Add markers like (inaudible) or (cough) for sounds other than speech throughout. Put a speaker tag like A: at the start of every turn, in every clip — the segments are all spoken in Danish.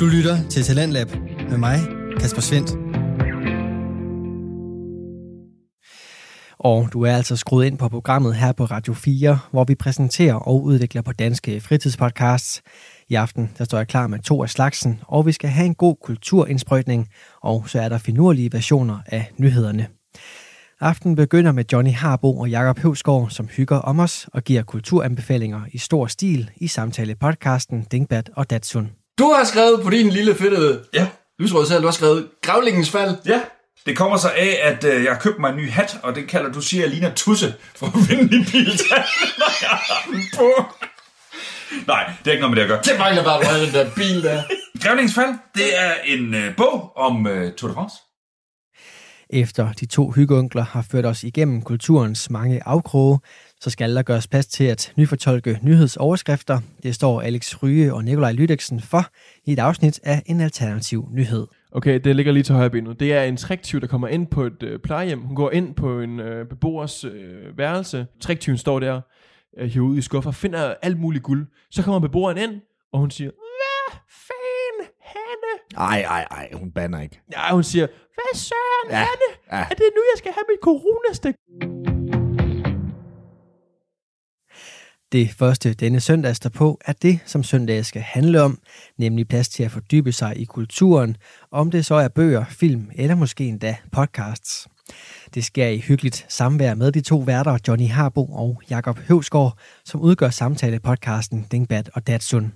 A: Du lytter til Talentlab med mig, Kasper Svendt. Og du er altså skruet ind på programmet her på Radio 4, hvor vi præsenterer og udvikler på danske fritidspodcasts. I aften der står jeg klar med to af slagsen, og vi skal have en god kulturindsprøjtning, og så er der finurlige versioner af nyhederne. Aftenen begynder med Johnny Harbo og Jakob Høvsgaard, som hygger om os og giver kulturanbefalinger i stor stil i samtale podcasten Dingbat og Datsun.
B: Du har skrevet på din lille fedtede
C: Ja,
B: lysråd selv, du har skrevet Gravlingens fald.
C: ja. Det kommer så af, at øh, jeg købte mig en ny hat, og den kalder du siger, jeg ligner Tusse for at vinde min bil, (laughs) når jeg har den på. Nej, det er ikke noget med det, jeg gør.
B: Det mangler bare, at du havde den der bil der.
C: Grævningens fald, det er en øh, bog om øh, Tour de France.
A: Efter de to hyggeunkler har ført os igennem kulturens mange afkroge, så skal der gøres plads til at nyfortolke nyhedsoverskrifter. Det står Alex Ryge og Nikolaj Lydeksen for i et afsnit af En Alternativ Nyhed.
D: Okay, det ligger lige til højre benet. Det er en triktyv, der kommer ind på et øh, plejehjem. Hun går ind på en øh, beboers øh, værelse. Triktyven står der, øh, hiver ud i skuffer, finder alt muligt guld. Så kommer beboeren ind, og hun siger, Hvad fanden, Hanne?
E: Ej, ej, ej, hun banner ikke.
D: Ja, hun siger, Hvad søren, ja.
E: Ja,
D: Hanne?
E: ja.
D: Er det nu, jeg skal have mit coronastik?
A: Det første denne søndag står på, er det, som søndag skal handle om, nemlig plads til at fordybe sig i kulturen, om det så er bøger, film eller måske endda podcasts. Det sker i hyggeligt samvær med de to værter, Johnny Harbo og Jakob Høvsgaard, som udgør samtale-podcasten Dingbat og Datsun.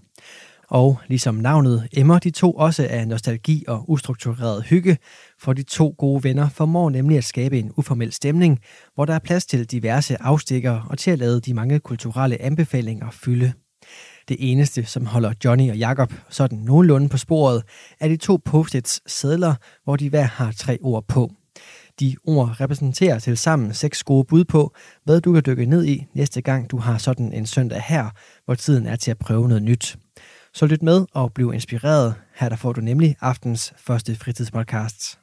A: Og ligesom navnet emmer de to også af nostalgi og ustruktureret hygge, for de to gode venner formår nemlig at skabe en uformel stemning, hvor der er plads til diverse afstikker og til at lade de mange kulturelle anbefalinger fylde. Det eneste, som holder Johnny og Jakob sådan nogenlunde på sporet, er de to post sædler, hvor de hver har tre ord på. De ord repræsenterer til sammen seks gode bud på, hvad du kan dykke ned i næste gang, du har sådan en søndag her, hvor tiden er til at prøve noget nyt. Så lyt med og bliv inspireret. Her der får du nemlig aftens første fritidspodcast.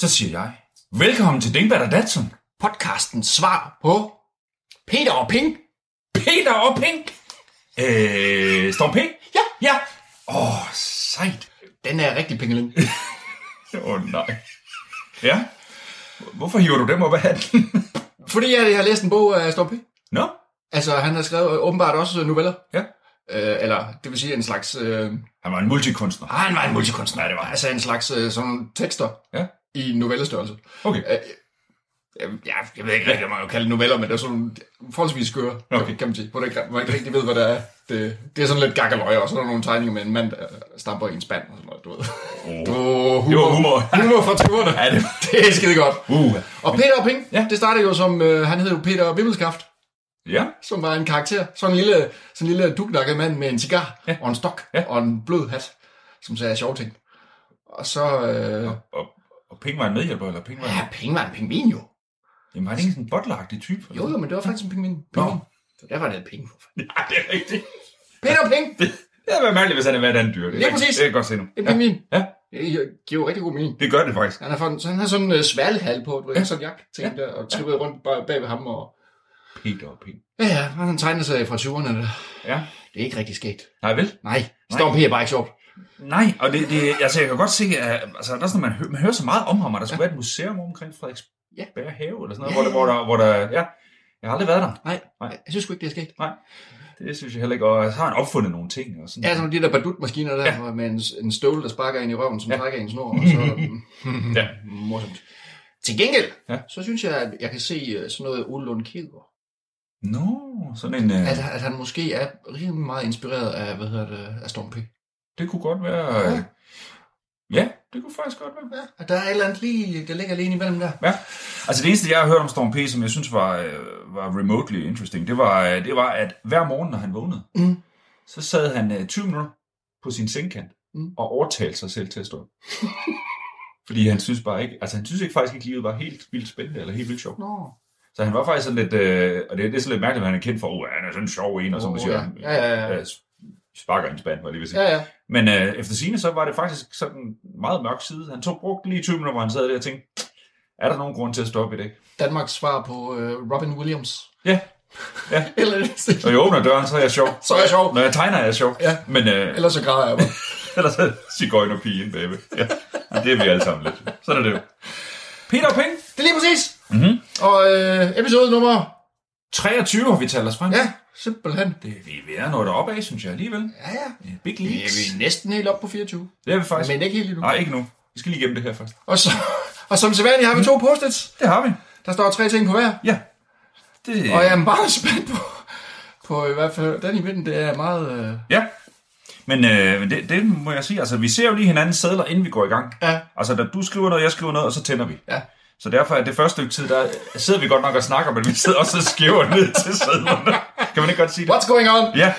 C: Så siger jeg, velkommen til Dingbat og Datsun.
B: Podcasten svar på Peter og Pink.
C: Peter og Pink. Øh, Storm P?
B: Ja.
C: Ja. Åh, oh, sejt.
B: Den er rigtig pingelin.
C: Åh, oh, nej. Ja. Hvorfor hiver du dem op af hatten? (laughs)
B: Fordi jeg har læst en bog af Storm P.
C: Nå, no?
B: Altså, han har skrevet øh, åbenbart også noveller.
C: ja.
B: Øh, eller, det vil sige en slags... Øh,
C: Han var en multikunstner.
B: ah, han var en multikunstner, det var. Altså en slags øh, sådan tekster
C: Ja,
B: i novellestørrelse.
C: okay.
B: Øh, øh, ja, jeg ved ikke rigtig, om man kan kalde det noveller, men det er sådan nogle forholdsvis skøre, okay.
C: Okay.
B: kan man sige. Hvor, det, ikke- hvor jeg ikke rigtig ved, hvad der er. Det, det er sådan lidt gakkeløje, og så er der nogle tegninger med en mand, der stamper i en spand og sådan noget, du ved. Oh. Oh, humor.
C: Det var humor.
B: Humor fra 20'erne.
C: Ja, det
B: (laughs) det er skide godt.
C: Uh.
B: Og Peter og Ping, ja.
C: Ja.
B: det startede jo som, øh, han hed jo Peter Vimmelskaft,
C: Ja,
B: som var en karakter. Sådan en lille, sådan en lille duknakket mand med en cigar ja. og en stok ja.
C: Ja.
B: og en blød hat, som sagde sjove ting. Og så... Øh,
C: og, og Ping var en medhjælper, eller Ping var en...
B: ja, Ping var en pingvin jo.
C: Jamen, var det ikke sådan en bottleragtig type?
B: Jo,
C: (laughs)
B: jo, men det var faktisk en pingvin. pingvin. Så der var det penge for fanden.
C: Nej, det er rigtigt.
B: Peter Ping!
C: Det havde været mærkeligt, hvis han havde været et andet dyr. Det er
B: Lige
C: rigtigt.
B: præcis.
C: Det kan jeg godt se nu.
B: En
C: Ja,
B: pingvin.
C: ja.
B: Det giver jo rigtig god mening.
C: det gør det faktisk.
B: Han har, fået, så han har sådan en uh, svalhal på, du ved, sådan en jagt ting der, og trippede rundt bag, bag ved ham. Og...
C: Peter og Ping.
B: Ja, ja, han har tegnet sig fra 20'erne. der.
C: Ja.
B: Det er ikke rigtig sket.
C: Nej, vel?
B: Nej, Storm P er bare ikke sjovt.
C: Nej, og det, det, altså, jeg kan godt se, at altså, der er sådan, man, hø- man hører så meget om ham, og der skulle være et museum omkring
B: Ja.
C: Frederiksberg Have, eller sådan noget,
B: Ja,
C: hvor, der, hvor, der, hvor der, ja, jeg har aldrig været der.
B: Nej,
C: Nej.
B: jeg synes sgu ikke, det er sket.
C: Det synes jeg heller ikke, og så har han opfundet nogle ting. Og sådan
B: Ja, sådan de der badut-maskiner der, Mm. ja. med en, en støvle, der sparker ind i røven, som ja. trækker en snor, og så... (laughs)
C: Ja.
B: Morsomt. Til gengæld, ja.
C: Ja.
B: så synes jeg, at jeg kan se øh, sådan noget Ole Lund Kirkegaard.
C: Nå, sådan en... Øh,
B: at, at han måske er rimelig meget inspireret af, hvad hedder det, af Storm P.
C: det kunne godt være... Øh, ja, det kunne faktisk godt være.
B: Ja, at der er et eller andet lige, der ligger lige ind imellem der.
C: Ja. Altså det eneste, jeg har hørt om Storm P, som jeg synes var, øh, var remotely interesting, det var, øh, det var, at hver morgen, når han vågnede,
B: Mm.
C: så sad han øh, 20 minutter på sin sengkant
B: Mm.
C: mm. og overtalte sig selv til at stå
B: (laughs)
C: op. Fordi han synes bare ikke, altså han synes ikke faktisk ikke, livet var helt vildt spændende eller helt vildt sjovt.
B: Nå.
C: Så han var faktisk sådan lidt, øh, og det, det er sådan lidt mærkeligt, at han er kendt for, at han er sådan en sjov en, og som
B: Åh,
C: man siger,
B: ja.
C: han, øh,
B: Oh, Ja, ja, ja.
C: øh, sparker en spand, var jeg lige vil sige.
B: Ja, ja.
C: Men øh, efter sine så var det faktisk sådan en meget mørk side. Han tog brugt lige 20 minutter, hvor han sad der og tænkte, er der nogen grund til at stoppe i dag?
B: Danmarks svar på øh, Robin Williams. (laughs)
C: Ja. Ja.
B: eller,
C: Når jeg åbner døren, så er jeg sjov.
B: Så er jeg sjov.
C: Når jeg tegner, er jeg sjov.
B: Ja.
C: Men øh,
B: eller så græder jeg bare.
C: Eller så cigøjnerpigen, baby. Ja. Det er vi alle sammen lidt. Sådan er det jo. Peter og Penge.
B: Det er lige præcis. Mm-hmm. Og øh, episode nummer...
C: 23 har vi talt os frem.
B: Ja, simpelthen.
C: Det, vi er ved at nå deroppe af, synes jeg alligevel.
B: Ja, ja.
C: Big
B: Vi
C: leagues.
B: er næsten helt op på 24.
C: Det er vi faktisk.
B: Men ikke helt endnu.
C: Nej, ikke nu. Vi skal lige gennem det her først.
B: Og, så, og som sædvanligt har vi to post-its.
C: Det har vi.
B: Der står tre ting på hver.
C: Ja. Det,
B: Og jeg er meget (laughs) spændt på, på i hvert fald den i midten. Det er meget... Øh,
C: Ja. Men øh, men det, det må jeg sige, altså vi ser jo lige hinandens sædler, inden vi går i gang.
B: Ja.
C: Altså da du skriver noget, jeg skriver noget, og så tænder vi.
B: Ja.
C: Så derfor er det første stykke tid, der sidder vi godt nok og snakker, men vi sidder også og skriver ned til sædlerne. Kan man ikke godt sige det?
B: what's going on?
C: Ja.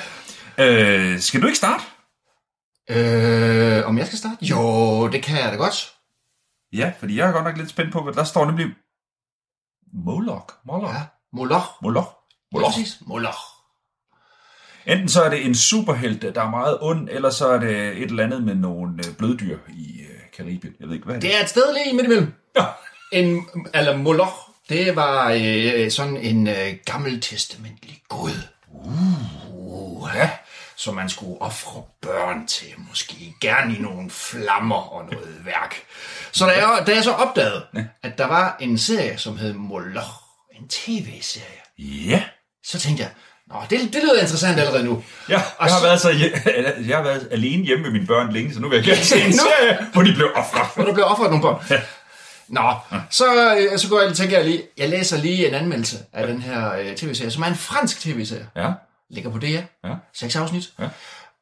C: Øh, skal du ikke starte?
B: Øh, om jeg skal starte? Jo, det kan jeg da godt.
C: Ja, fordi jeg er godt nok lidt spændt på, hvad der står nemlig... Moloch. Moloch.
B: Ja,
C: Ja.
B: Moloch.
C: Moloch.
B: Moloch.
C: Moloch.
B: Præcis, Moloch.
C: Enten så er det en superhelt, der er meget ond, eller så er det et eller andet med nogle øh, bløddyr i øh, Karibien. Jeg ved ikke, hvad er det
B: Det er et sted lige midt imellem.
C: Ja.
B: En, eller Moloch, det var øh, sådan en øh, gammeltestamentlig gud. Uh, ja. Som man skulle ofre børn til, måske gerne i nogle flammer og noget værk. Så da jeg, da jeg så opdagede, at der var en serie, som hed Moloch, en tv-serie,
C: Ja.
B: så tænkte jeg, Nå, det, det lyder interessant allerede nu.
C: Ja, jeg har,
B: så-
C: været så, (laughs) jeg har været alene hjemme med mine børn længe, så nu vil jeg gerne se en serie, hvor de blev
B: hvor
C: ofre.
B: der blev offeret nogle børn. Nå, så, øh, så går jeg, tænker jeg lige, jeg læser lige en anmeldelse af den her øh, tv-serie, som er en fransk tv-serie.
C: Ja,
B: Ligger på DR.
C: Ja.
B: Seks afsnit.
C: Ja.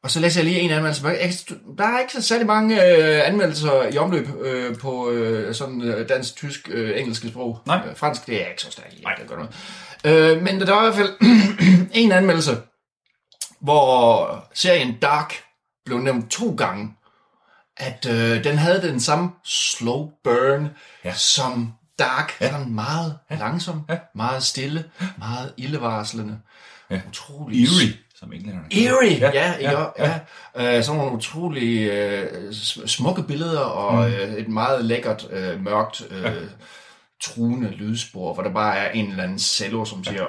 B: Og så læser jeg lige en anmeldelse. Jeg kan st- Der er ikke så særlig mange øh, anmeldelser i omløb øh, på øh, sådan øh, dansk, tysk, øh, engelske sprog.
C: Nej.
B: Øh, fransk, det er ikke så stærkt. Nej, det gør noget. Øh, men der var i hvert fald (clears throat) en anmeldelse, hvor serien Dark blev nævnt to gange at øh, den havde den samme slow burn ja. som Dark. Ja. Sådan meget ja. langsom, ja. meget stille, meget ildevarslende. Ja. Utrolig
C: Eerie, som englænderne kalder det.
B: Eerie, ja, ja, ja, ja. ja. Øh, sådan nogle utrolig øh, sm- smukke billeder og mm. øh, et meget lækkert, øh, mørkt, øh, ja. truende lydspor, hvor der bare er en eller anden cello, som siger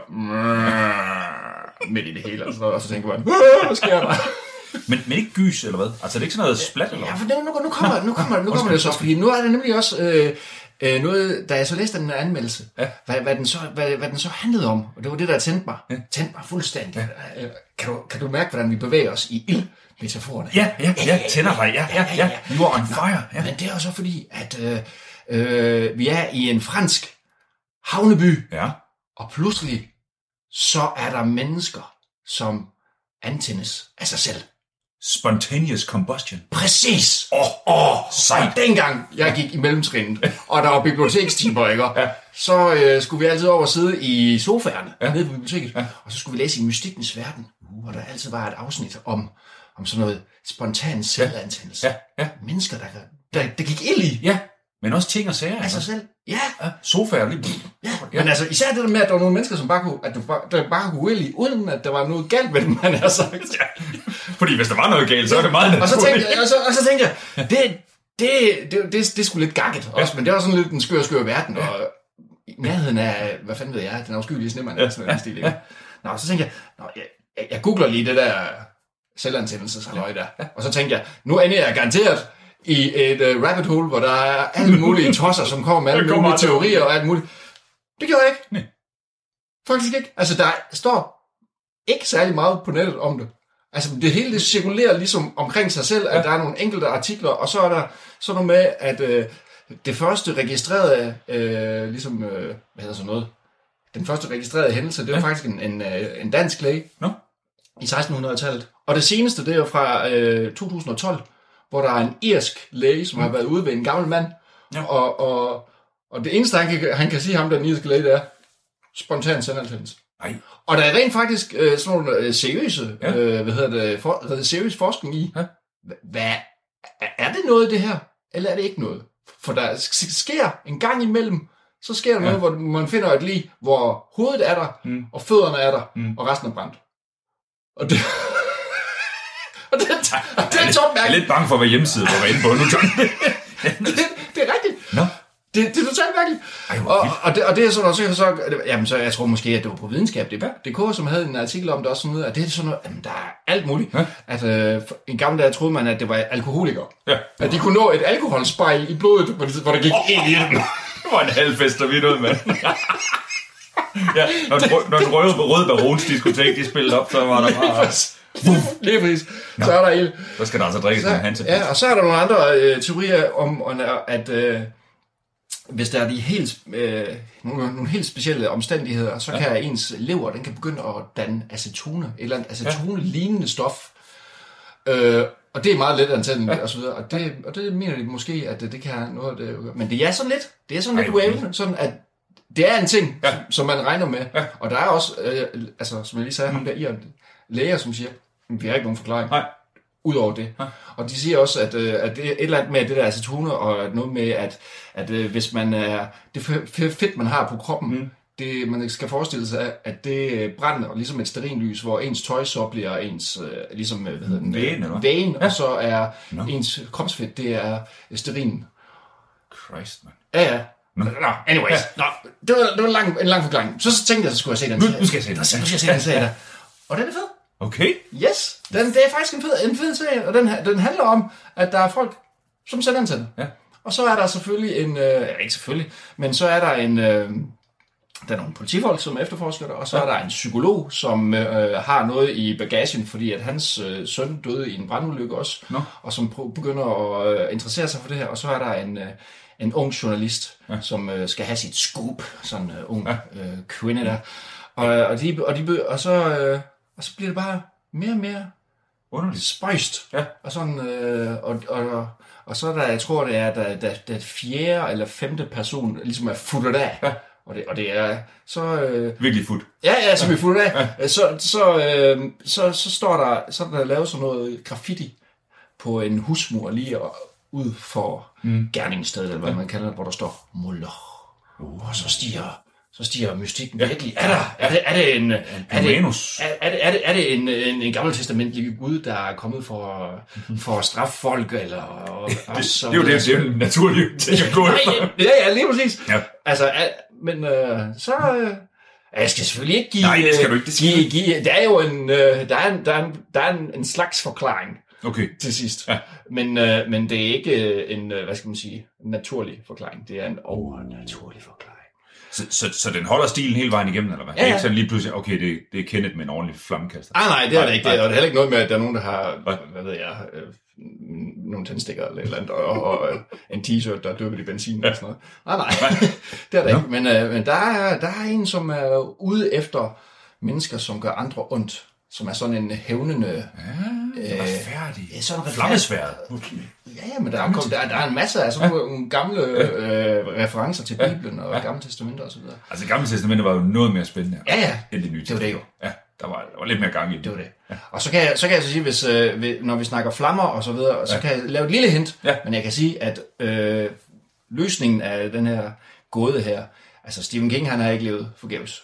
B: ja. midt i det hele, og, sådan noget, og så tænker man, "Åh, hvad sker der?
C: Men, men ikke gys, eller hvad? Altså, det er ikke sådan noget splat, eller
B: Ja,
C: hvad?
B: for det, nu, nu kommer, nu kommer, nu kommer det så, fordi nu er det nemlig også øh, øh, noget, da jeg så læste den her anmeldelse, ja. hvad, hvad, den så, hvad, hvad den så handlede om, og det var det, der tændte mig. Ja. Tændte mig fuldstændig. Ja. Kan, du, kan du mærke, hvordan vi bevæger os i ildmetaforerne?
C: Ja, ja, ja, tænder dig, ja, ja, ja. You are on fire, ja.
B: Men det er jo så fordi, at øh, øh, vi er i en fransk havneby,
C: Ja,
B: og pludselig så er der mennesker, som antændes af sig selv.
C: spontaneous combustion.
B: Præcis!
C: Åh, åh, sejt.
B: Og dengang jeg gik i mellemtrinnet, og der var bibliotekstimer, ikke? Ja. så øh, skulle vi altid over og sidde i sofaerne ja. nede på biblioteket, ja. og så skulle vi læse i Mystikkens Verden, uh, hvor der altid var et afsnit om, om sådan noget spontan selvantændelse.
C: Ja, ja.
B: Mennesker, der, der, der gik ild i
C: Ja, men også ting og sager.
B: af
C: Altså,
B: sig selv. Ja.
C: ja, sofaer lige...
B: Ja. ja, men altså især det der med, at der var nogle mennesker, som bare kunne, at du bare, der bare kunne gå ild i, uden at der var noget galt med dem, man har sagt.
C: Ja. Fordi hvis der var noget galt, så var det meget
B: Og så
C: naturligt.
B: tænkte jeg, og så, og så tænkte jeg det, det, det, det, det er sgu lidt gakket også, men det var sådan lidt en skør, skør verden, og i nærheden af, hvad fanden ved jeg, den afskyelige snemand, eller sådan noget i den stil, ikke? Nå, så tænkte jeg, nå, jeg, jeg, jeg googler lige det der selvantændelseshalløj der, og så tænkte jeg, nu ender jeg garanteret i et uh, rabbit hole, hvor der er alle mulige tosser, som kommer med alle
C: Der kommer
B: mulige
C: aldrig-
B: teorier og alt muligt. Det gjorde jeg ikke.
C: Nej.
B: Faktisk ikke. Altså, der står ikke særlig meget på nettet om det. Altså, det hele det cirkulerer ligesom omkring sig selv, at der er nogle enkelte artikler, og så er der sådan noget med, at øh, det første registrerede, øh, ligesom, øh, hvad hedder sådan noget, den første registrerede hændelse, det var faktisk en, en, øh, en dansk læge
C: Nå.
B: i 1600-tallet. Og det seneste, det er fra øh, 2012, hvor der er en irsk læge, som har været ude ved en gammel mand,
C: Ja.
B: og, og, og det eneste, han kan, han kan sige ham, den irske læge, det er spontan selvantændelse.
C: Nej,
B: Og der er rent faktisk øh, sådan nogle øh, seriøse,
C: Ja.
B: ja. øh, hvad hedder det, for, hvad hedder det, seriøs forskning i,
C: Ja.
B: hva- hvad, er- er det noget det her, eller er det ikke noget? For der sk- sker en gang imellem, så sker der
C: Ja.
B: ja. noget, hvor man finder et lig, hvor hovedet er der,
C: Mm.
B: mm. og fødderne er der,
C: Mm.
B: mm. og resten er brændt. Og det... (laughs) og det, og det
C: jeg
B: er
C: er
B: et
C: lidt- jeg er
B: topmærke.
C: lidt bange for, hvad hjemmesiden var inde på nu, John.
B: Det, det er rigtigt.
C: Nå,
B: Det, det er totalt mærkeligt. og, og, det, og det er sådan også, så, jamen, så jeg tror måske, at det var på videnskab.dk, som havde en artikel om det også sådan noget, at det er sådan noget, jamen, der er alt muligt. Ja. At, øh, for- i gamle dage troede man, at det var alkoholikere.
C: Ja.
B: At de kunne nå et alkoholspejl i blodet, hvor det- hvor der gik ind i dem.
C: Det var en halvfest, der vidt ud, mand. ja, når den, rø- når den røde, røde barons diskotek, de spillede op, så var der bare...
B: (laughs) Lige præcis. Så er der en.
C: Så skal der altså drikkes en
B: Så,
C: hansefest.
B: ja, og så er der nogle andre øh, teorier om, om, at øh, hvis der er de helt, øh, nogle, nogle helt specielle omstændigheder, så ja. kan ens lever, den kan begynde at danne acetone, et eller andet acetone-lignende stof. Øh, og det er meget let antændeligt ja. og så videre. Og det, og det mener de måske, at øh, det, det kan have noget af det. at gøre. Men det er sådan lidt, det er sådan lidt
C: Ej, hvor
B: uævende, sådan at det er en ting, ja. som man regner med. Ja. Og der er også, øh, altså, som jeg lige sagde, ham der i læger, som siger, "Men vi har ikke nogen forklaring
C: Nej.
B: ud over det. Ja. Og de siger også, at, øh, at det er et eller andet med det der acetone, og noget med, at, at øh, hvis man er, det fe- fe- fedt, man har på kroppen, mm. det, man skal forestille sig, at det øh, brænder ligesom et sterinlys, hvor ens tøj så bliver ens, øh, ligesom, øh, hvad hedder den? øh,
C: Vægen, eller hvad?
B: vægen ja. og så er no. ens kropsfedt, det er sterin.
C: Christ, mand.
B: Ja, ja. Nå, anyways. Ja. Nå, det var, det var en, lang, en lang forklaring. Så, så tænkte jeg, så skulle jeg se den.
C: Nu- nu skal jeg se den.
B: Nu skal jeg se den teater. Og den er fed.
C: Okay.
B: Yes, den, det er faktisk en fed, en fed serie, og den, ha- den handler om, at der er folk, som sender den til dig.
C: Ja.
B: Og så er der selvfølgelig en, øh, eller ikke selvfølgelig, men så er der en, øh, der er nogle politifolk, som efterforsker det, og så ja. er der en psykolog, som øh, har noget i bagagen, fordi at hans øh, søn døde i en brandulykke også,
C: Nå.
B: og som pro- begynder at øh, interessere sig for det her, og så er der en, øh, en ung journalist, ja. som øh, skal have sit scoop, sådan en øh, ung ja. øh, kvinde der, og, øh, og, de, og, de, be- og, så, øh, og så bliver det bare mere og mere
C: Underligt.
B: spøjst.
C: Ja.
B: Og, sådan, øh, og, og, og, og så er der, jeg tror det er, der, der, der fjerde eller femte person ligesom er futtet af. Ja. Og det, og det er, så, øh,
C: Virkelig fut.
B: ja, ja, så vi er fuldt af. Øh, Så, så, øh, så, så står der, så er der lavet sådan noget graffiti på en husmur lige og- ud for mm. gerningsstedet, eller hvad man kalder det, hvor der står Moloch. Uh. Og så stiger så stiger mystikken ja. virkelig. Er, der, er, det, er det en... Er det,
C: Pyromanus.
B: er, er det, er det, er det en, en, en gammeltestamentlig gud, der er kommet for, for at straffe folk, eller... Og, Mhm. det, og
C: Det er jo det, det er jo en naturlig
B: (laughs)
C: ting at gå efter.
B: Nej, ja, ja, lige præcis.
C: Ja.
B: Ja. Altså, al- men øh, så... Øh, jeg skal selvfølgelig ikke give...
C: Nej, det skal du ikke, det
B: Det give,
C: skal
B: give, der er jo en, øh, der er en, der er en, der er en, en slags forklaring
C: Okay.
B: til sidst. Ja. Men, øh, men det er ikke øh, en, øh, hvad skal man sige, en naturlig forklaring. Det er en overnaturlig forklaring.
C: Så, så, så den holder stilen hele vejen igennem, eller hvad? Ja, ja. Det er ikke sådan lige pludselig, okay, det, det er Kenneth med en ordentlig flammekaster.
B: Nej, Ah, nej, det er
C: Nej,
B: det ikke.
C: nej.
B: Det er, og det er heller ikke noget med, at der er nogen, der har,
C: Nej.
B: hvad ved jeg, øh, n- nogle tændstikker eller et eller andet, og, og øh, en t-shirt, der er dyppet i benzin og sådan noget. Ah, Nej, nej, (laughs) det er der ikke. Men, øh, men der, er, der er en, som er ude efter mennesker, som gør andre ondt, som er sådan en hævnende...
C: Øh, retfærdig.
B: ja, sådan retfærdig.
C: Flammesværd.
B: Ja, ja men der er, der, der er en masse af sådan nogle gamle øh, referencer til Bibelen og Gamle Testamentet og så videre.
C: Altså, det gamle testamente var jo noget mere spændende
B: Ja, ja,
C: end det nye
B: det var det jo.
C: Ja, der var, der var lidt mere gang i det.
B: Det var det. Og så kan jeg så, kan jeg så sige, hvis, øh, vi- når vi snakker flammer og så videre, så kan jeg lave et lille hint,
C: Ja.
B: men jeg kan sige, at øh, løsningen af den her gåde her, altså Stephen King, han har ikke levet forgæves.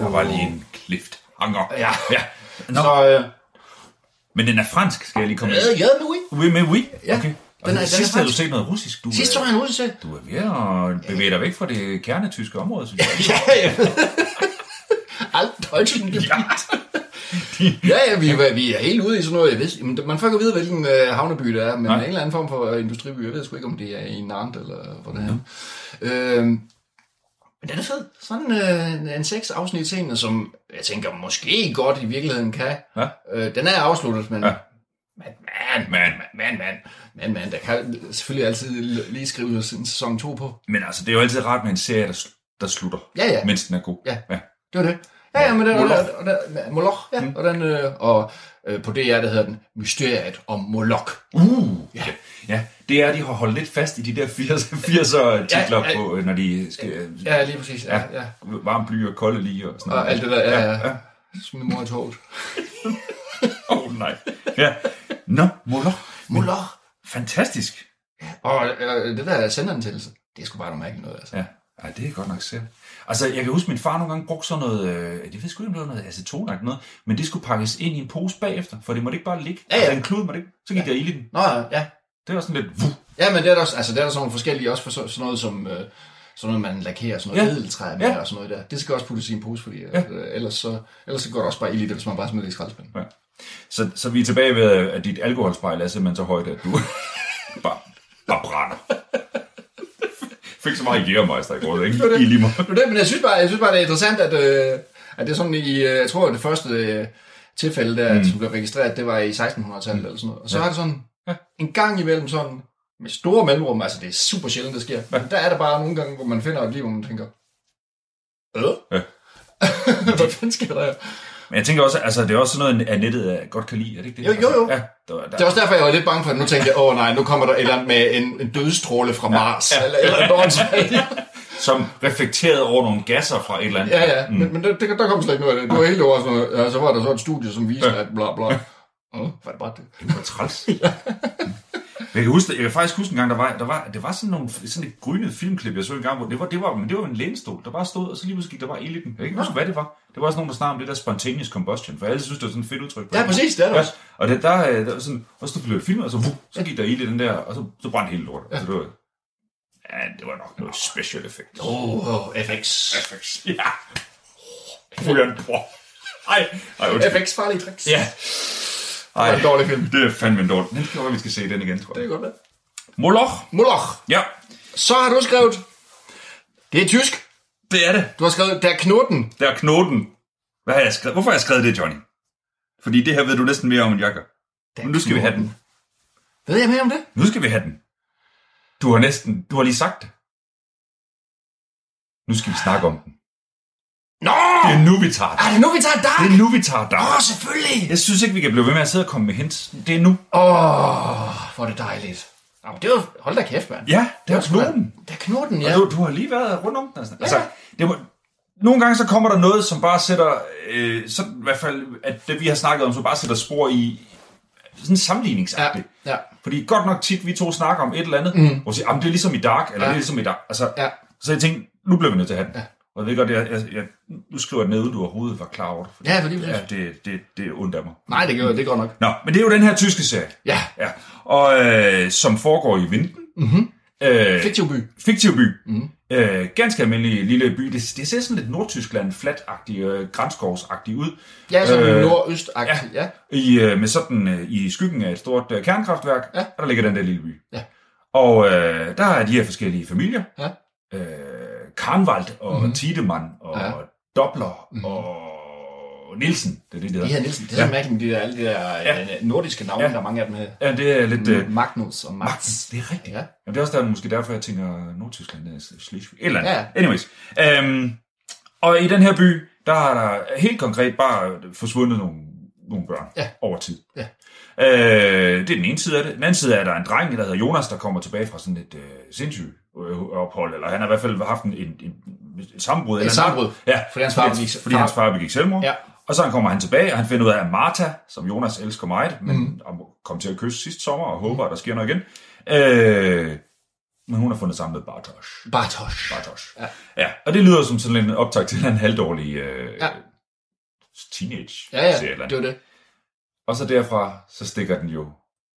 C: Der var lige en klift. Hanger.
B: Ja.
C: ja. Nå,
B: Så øh,
C: men den er fransk, skal jeg lige komme
B: øh,
C: med.
B: ja, nu ikke.
C: Oui, mais oui.
B: Ja,
C: Okay. Og
B: den er-
C: den
B: den
C: er,
B: er
C: sidst havde du
B: fransk.
C: set noget russisk. Du,
B: Sidst
C: er-
B: så var han ude til.
C: du er ved at bevæge dig væk fra det kernetyske område, synes jeg.
B: Ja, ja. (laughs) Alt deutschen gebiet. Ja, ja, vi, er- vi er helt ude i sådan noget. Jeg ved, jamen, man får ikke at vide, hvilken øh, havneby det er, men
C: Nej.
B: Nej. en eller anden form for øh, industriby. Jeg ved sgu ikke, om det er i Nantes eller hvor det er. Øhm, men den er fed. Sådan øh, en- en seks afsnit scene, som jeg tænker, måske godt i virkeligheden kan.
C: Ja.
B: Øh, den er afsluttet, men...
C: Ja.
B: Ja. Man, man, man, man, man, man, man, der kan selvfølgelig altid lige skrive en sæson 2 på.
C: Men altså, det er jo altid rart med en serie, der, sl- der slutter,
B: Ja, ja.
C: mens den er god.
B: Ja.
C: ja.
B: Det var det. Ja, ja, men den,
C: Moloch.
B: Moloch. Og, og, og, Moloch, ja, mm. og, den, øh, og øh, på DR, der hedder den Mysteriet om Moloch.
C: Uh, ja. ja. Det er, at de har holdt lidt fast i de der 80'er 80'er titler
B: Ja, ja.
C: på, øh, når de skal... øh,
B: Ja, lige præcis. Ja, ja.
C: Varm bly og kolde lige og sådan
B: Og alt det der, ja,
C: ja.
B: ja. Smid mor i toget.
C: Åh, oh, nej. Ja. Nå, Moloch.
B: Moloch.
C: Fantastisk.
B: Og øh, det der sendantællelse, det er sgu bare noget mærkeligt noget, altså.
C: Ja. Ej, det er godt nok selv. Altså, jeg kan huske, at min far nogle gange brugte sådan noget, øh, det ved sgu ikke, om det var noget acetonagt noget, men det skulle pakkes ind i en pose bagefter, for det måtte ikke bare ligge.
B: Ja, ja.
C: Altså, en klud måtte ikke. Så gik ja. der ild i den.
B: Nå, ja.
C: Det var sådan lidt, vuh,
B: Ja, men det er der også, altså, det er der sådan nogle forskellige, også for så- sådan noget som... Øh, sådan noget, man lakerer, sådan noget
C: Ja.
B: ja. edeltræ med
C: Ja.
B: ja. og sådan noget der. Det skal også puttes i en pose, fordi ja. øh, ellers, så, ellers så går det også bare ild i det, hvis man bare smider det i skraldespanden.
C: Så, så vi er tilbage ved, øh, at dit alkoholspejl er simpelthen så højt, at du (laughs) bare, bare brænder. (laughs) Fik så meget jægermeister i går, ikke? I lige måde.
B: Det er det, men jeg synes bare, jeg synes bare det er interessant, at, øh, at det er sådan i, øh, jeg tror, det første øh, tilfælde, der, mm. som blev registreret, det var i 1600-tallet mm. eller sådan noget. Og så ja. er det sådan, ja. en gang imellem sådan, med store mellemrum, altså det er super sjældent, det sker, ja. men der er der bare nogle gange, hvor man finder et liv, hvor man tænker, øh?
C: Ja.
B: Ja. (laughs) Hvad fanden sker der her?
C: Men jeg tænker også, altså det er også sådan noget, at nettet øh, godt kan lide, er det ikke det?
B: Jo, jo, jo.
C: Ja, der, der,
B: Det er også derfor, jeg var lidt bange for det. Nu tænkte jeg, åh nej, nu kommer der et eller andet med en, en dødstråle fra Mars, ja. eller, eller et eller (laughs) andet.
C: som reflekterede over nogle gasser fra et eller andet.
B: Ja, ja, mm. men, men der, der, der kom slet ikke noget af det. Det var helt overraskende. Ja, så var der så et studie, som viste, ja. at bla bla. Åh, var det bare det?
C: Det var
B: (laughs)
C: træls. Jeg kan, huske, jeg kan faktisk huske en gang, der var, der var, det var sådan, nogle, sådan et grynet filmklip, jeg så en gang, hvor det var, det var, men det var en lænestol, der bare stod, og så lige pludselig gik der bare ild i den. Jeg kan ikke huske, hvad det var. Det var også nogen, der snakkede om det der spontaneous combustion, for alle synes, det var sådan et fedt udtryk. på
B: Ja,
C: det.
B: præcis, det er det også.
C: Og det, der, øh, der var sådan, og så blev det filmet, og så, vuh, så gik der ild i den der, og så, så brændte hele lortet. Ja. Så det var, ja, det var nok noget special effect.
B: Åh, oh, FX.
C: Effects. Ja. Fuldt på. Ej, ej, undskyld.
B: FX farlige tricks.
C: Ja. Ej,
B: Det er en dårlig film.
C: det er fandme en dårlig. Den skal være, vi skal se den igen, tror
B: Det
C: jeg.
B: er godt, hvad?
C: Moloch.
B: Moloch,
C: Ja,
B: så har du skrevet... Det er tysk.
C: det er det.
B: Du har skrevet, der er knoten.
C: Der er knoten. Hvad har jeg skrevet? Hvorfor har jeg skrevet det, Johnny? Fordi det her ved du næsten mere om, end jeg gør. Men nu skal vi have den.
B: Ved jeg mere om det?
C: Nu skal vi have den. Du har næsten... Du har lige sagt det. Nu skal vi snakke om den.
B: Nå!
C: Det er nu, vi tager
B: Er
C: den.
B: det nu, vi tager
C: Det
B: dark?
C: er nu, vi tager den.
B: Åh, selvfølgelig!
C: Jeg synes ikke, vi kan blive ved med at sidde og komme med hints. Det er nu.
B: Åh, oh, hvor er det dejligt. Jamen, det var... Hold da kæft, mand.
C: Ja, det er
B: sgu da-
C: knoten.
B: Der er knoten, ja.
C: Ja. Du, du har lige været rundt om den. Altså, altså det må, nogle gange så kommer der noget, som bare sætter, øh, så, i hvert fald, at det vi har snakket om, så bare sætter spor i sådan
B: Ja,
C: sammenligningsagtigt.
B: ja.
C: Fordi godt nok tit, vi to snakker om et eller andet, mm. og siger, "Jamen, det er ligesom i Dark, eller ja. det er ligesom i Dark. Altså,
B: Ja.
C: Så jeg tænkte, nu bliver vi nødt til at have den. Ja. Og jeg ved godt, jeg, jeg, jeg, nu skriver jeg den ned, uden du overhovedet var klar over det. Fordi,
B: Ja, for lige præcis.
C: ja, det, det, det undrer mig.
B: Nej, det gør det er godt nok.
C: Nå, men det er jo den her tyske serie,
B: Ja.
C: ja. Og, øh, som foregår i Vinden. Mm-hmm. Øh,
B: Fiktiv by.
C: fiktiv by. Mm. Øh, ganske almindelig lille by. Det, det ser sådan lidt Nordtyskland, flat-agtig, øh, grænskovsagtig ud.
B: Ja, sådan øh,
C: Øh,
B: nordøst ja. ja.
C: I, øh, med sådan øh, i skyggen af et stort øh, kernekraftværk,
B: Ja.
C: og der ligger den der lille by.
B: Ja.
C: Og øh, der er de her forskellige familier.
B: Ja. Mhm.
C: Øh, Karnwald og mm. Tiedemann og
B: Ja.
C: Dobler mm. og Nielsen. Det er det, det
B: Det
C: hedder.
B: her Nielsen, det er så mærkeligt, de der, alle de der ja. nordiske navne,
C: Ja.
B: der er mange af dem her.
C: Ja, det er
B: Mm.
C: lidt... Øh,
B: Magnus og Mats.
C: Magtens, det er rigtigt.
B: Ja.
C: Jamen, det er også der, måske derfor, jeg tænker Nordtyskland er Slesvig. Et eller andet.
B: Ja, ja.
C: Ja. Anyways. Øhm, og i den her by, der har der helt konkret bare forsvundet nogle, nogle børn
B: Ja.
C: over tid.
B: Ja.
C: Øh, det er den ene side af det. Den anden side er, at der er en dreng, der hedder Jonas, der kommer tilbage fra sådan et øh, sindssygt øh, ophold, eller han har i hvert fald haft en, en, en, et sammenbrud. eller
B: sammenbrud.
C: Ja,
B: Fordi hans far begik-
C: fordi hans far begik selvmord.
B: Ja.
C: Og så kommer han tilbage, og han finder ud af, at Martha, som Jonas elsker meget, men mm. kom til at kysse sidste sommer og håber, at der sker noget igen. Øh, men hun har fundet sammen med Bartosz.
B: Bartosz.
C: Bartosz.
B: Ja.
C: ja. Og det lyder som sådan en optag til en halvdårlig øh,
B: Ja.
C: ja. teenage
B: Ja, ja,
C: serie.
B: det var det.
C: Og så derfra, så stikker den jo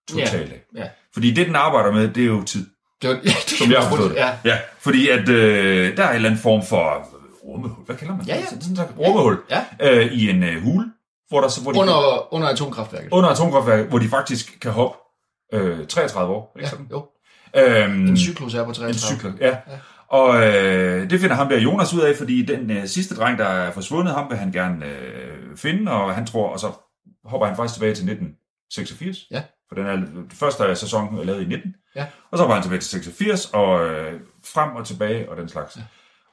C: totalt af.
B: Ja.
C: Fordi det, den arbejder med, det er jo tid.
B: Det var, (laughs) ja, det
C: Som jeg har forstået det.
B: Ja.
C: ja fordi at øh, der er en eller anden form for rummehul. Hvad kalder man det?
B: Ja, ja.
C: Sådan, sådan, en slags rummehul
B: Ja.
C: øh, i en øh, hule. Hvor der, så, hvor de-
B: Under, under atomkraftværket.
C: under atomkraftværket, hvor de faktisk kan hoppe øh, 33 år. Ikke
B: Ja,
C: sådan?
B: jo.
C: Øhm,
B: En cyklus er på 33.
C: en cykler, ja. Og øh, det finder ham der Jonas ud af, fordi den øh, sidste dreng, der er forsvundet, ham vil han gerne øh, finde, og han tror, og så hopper han faktisk tilbage til 1986.
B: Ja.
C: For den, er, den første sæson er lavet i 19.
B: Ja.
C: Og så hopper han tilbage til 86, og øh, frem og tilbage, og den slags. Ja.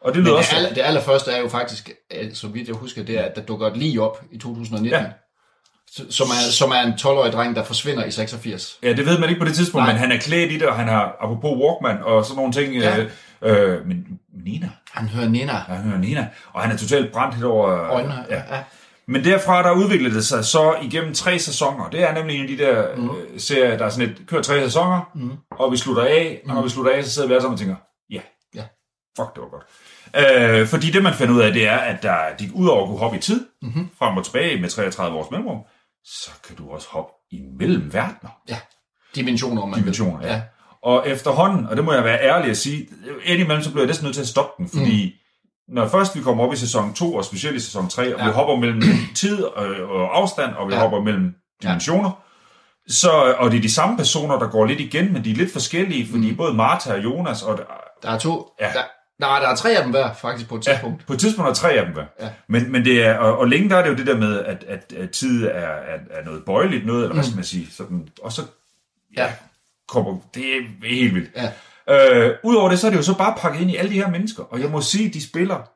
C: Og det
B: Men
C: lyder
B: det,
C: også...
B: aller, det allerførste er jo faktisk, øh, så vidt jeg husker, det er, at der dukker et lige op i 2019,
C: Ja.
B: ja. som, er, som er en 12-årig dreng, der forsvinder i 86.
C: Ja, det ved man ikke på det tidspunkt,
B: Nej.
C: Nej. men han er klædt i det, og han har apropos Walkman og sådan nogle ting.
B: Ja.
C: Ja. Øh, øh, men Nina,
B: Han hører Nina.
C: Ja, han hører Nina, og han er totalt brændt helt over... øh,
B: Øjnene,
C: ja.
B: ja.
C: Men derfra, der udviklede det sig så igennem tre sæsoner. Det er nemlig en af de der
B: Mhm.
C: mm. øh, serier, der er sådan et, kører tre sæsoner, mm. og vi slutter af, og når vi slutter af, så sidder vi alle sammen og tænker, ja,
B: Mhm. Ja.
C: fuck, det var godt. Øh, fordi det, man finder ud af, det er, at der, de, udover at kunne hoppe i tid,
B: Mhm.
C: mm-hmm. frem og tilbage med 33 års mellemrum, så kan du også hoppe imellem verdener
B: ja. Dimensioner, om man vil.
C: dimensioner. Ja.
B: Ja.
C: ja. Og efterhånden, og det må jeg være ærlig at sige, indimellem så bliver jeg næsten nødt til at stoppe den, fordi mm. når først vi kommer op i sæson 2, og specielt i sæson 3, og ja. vi hopper (clears throat) mellem tid og, og afstand, og vi ja.
B: Ja.
C: hopper mellem dimensioner, så, og det er de samme personer, der går lidt igen, men de er lidt forskellige, fordi mm. både Martha og Jonas, og
B: Der er to.
C: Ja.
B: Ja. Der, nej, der er tre af dem hver, faktisk, på et
C: Ja,
B: tidspunkt.
C: på et tidspunkt er tre af dem, ja.
B: Ja.
C: Men, men det er, og, og længe der er det jo det der med, at, at, at tid er, er, er noget bøjeligt noget, eller hvad skal man sige, sådan, og så
B: Mm. Ja.
C: kommer, det er helt vildt.
B: Ja.
C: Øh, Udover det, så er det jo så bare pakket ind i alle de her mennesker, og jeg må sige, de spiller,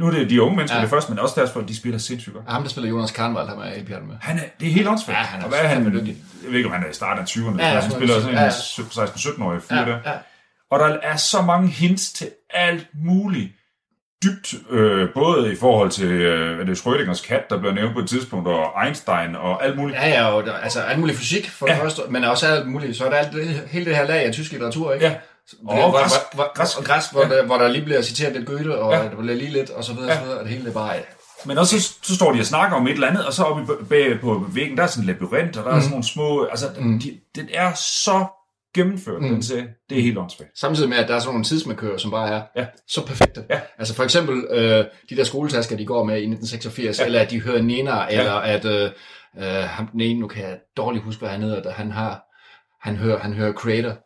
C: nu er det de unge mennesker ja.
B: Ja.
C: det første, men også deres folk, de spiller sindssygt godt.
B: ja. Ham, der spiller Jonas Karnvald, han er i pjernet med.
C: Han er, det er helt åndssvagt.
B: Ja, han er
C: og hvad er han?
B: fandme dygtig.
C: Jeg ved ikke, om han er i starten af 20'erne.
B: Ja,
C: Ja,
B: ja,
C: han spiller sådan en
B: ja, ja.
C: 16-17-årig fyr
B: Ja,
C: der.
B: ja.
C: Og der er så mange hints til alt muligt dybt, øh, både i forhold til øh, er det Schrödingers kat, der bliver nævnt på et tidspunkt, og Einstein og alt muligt.
B: Ja, ja, og der, altså alt mulig fysik for ja. det første, men også alt muligt. Så er der alt det, hele det her lag af tysk litteratur, ikke?
C: Ja.
B: Og,
C: Og
B: hvor,
C: græsk.
B: græsk, hvor,
C: Græsk.
B: græsk, og græsk, hvor,
C: Ja.
B: ja. der, hvor der lige bliver citeret lidt Goethe, og
C: Ja.
B: ja. der bliver lige lidt, og så videre, ja. så videre, og det hele det er bare...
C: Men også så, så står de og snakker om et eller andet, og så oppe i- bag på væggen, der er sådan en labyrint, og der mm. er sådan nogle små... Altså, mm. de, den er så gennemført, mm. den serie. Det er helt åndssvagt.
B: Samtidig med, at der er sådan nogle tidsmarkører, som bare er
C: Ja.
B: så perfekte.
C: Ja.
B: Altså for eksempel øh, de der skoletasker, de går med i 1986, ja. eller at de hører Nena, eller at øh, øh, ham den ene, nu kan jeg dårligt huske, hvad han hedder, der han har, han hører, han hører Creator,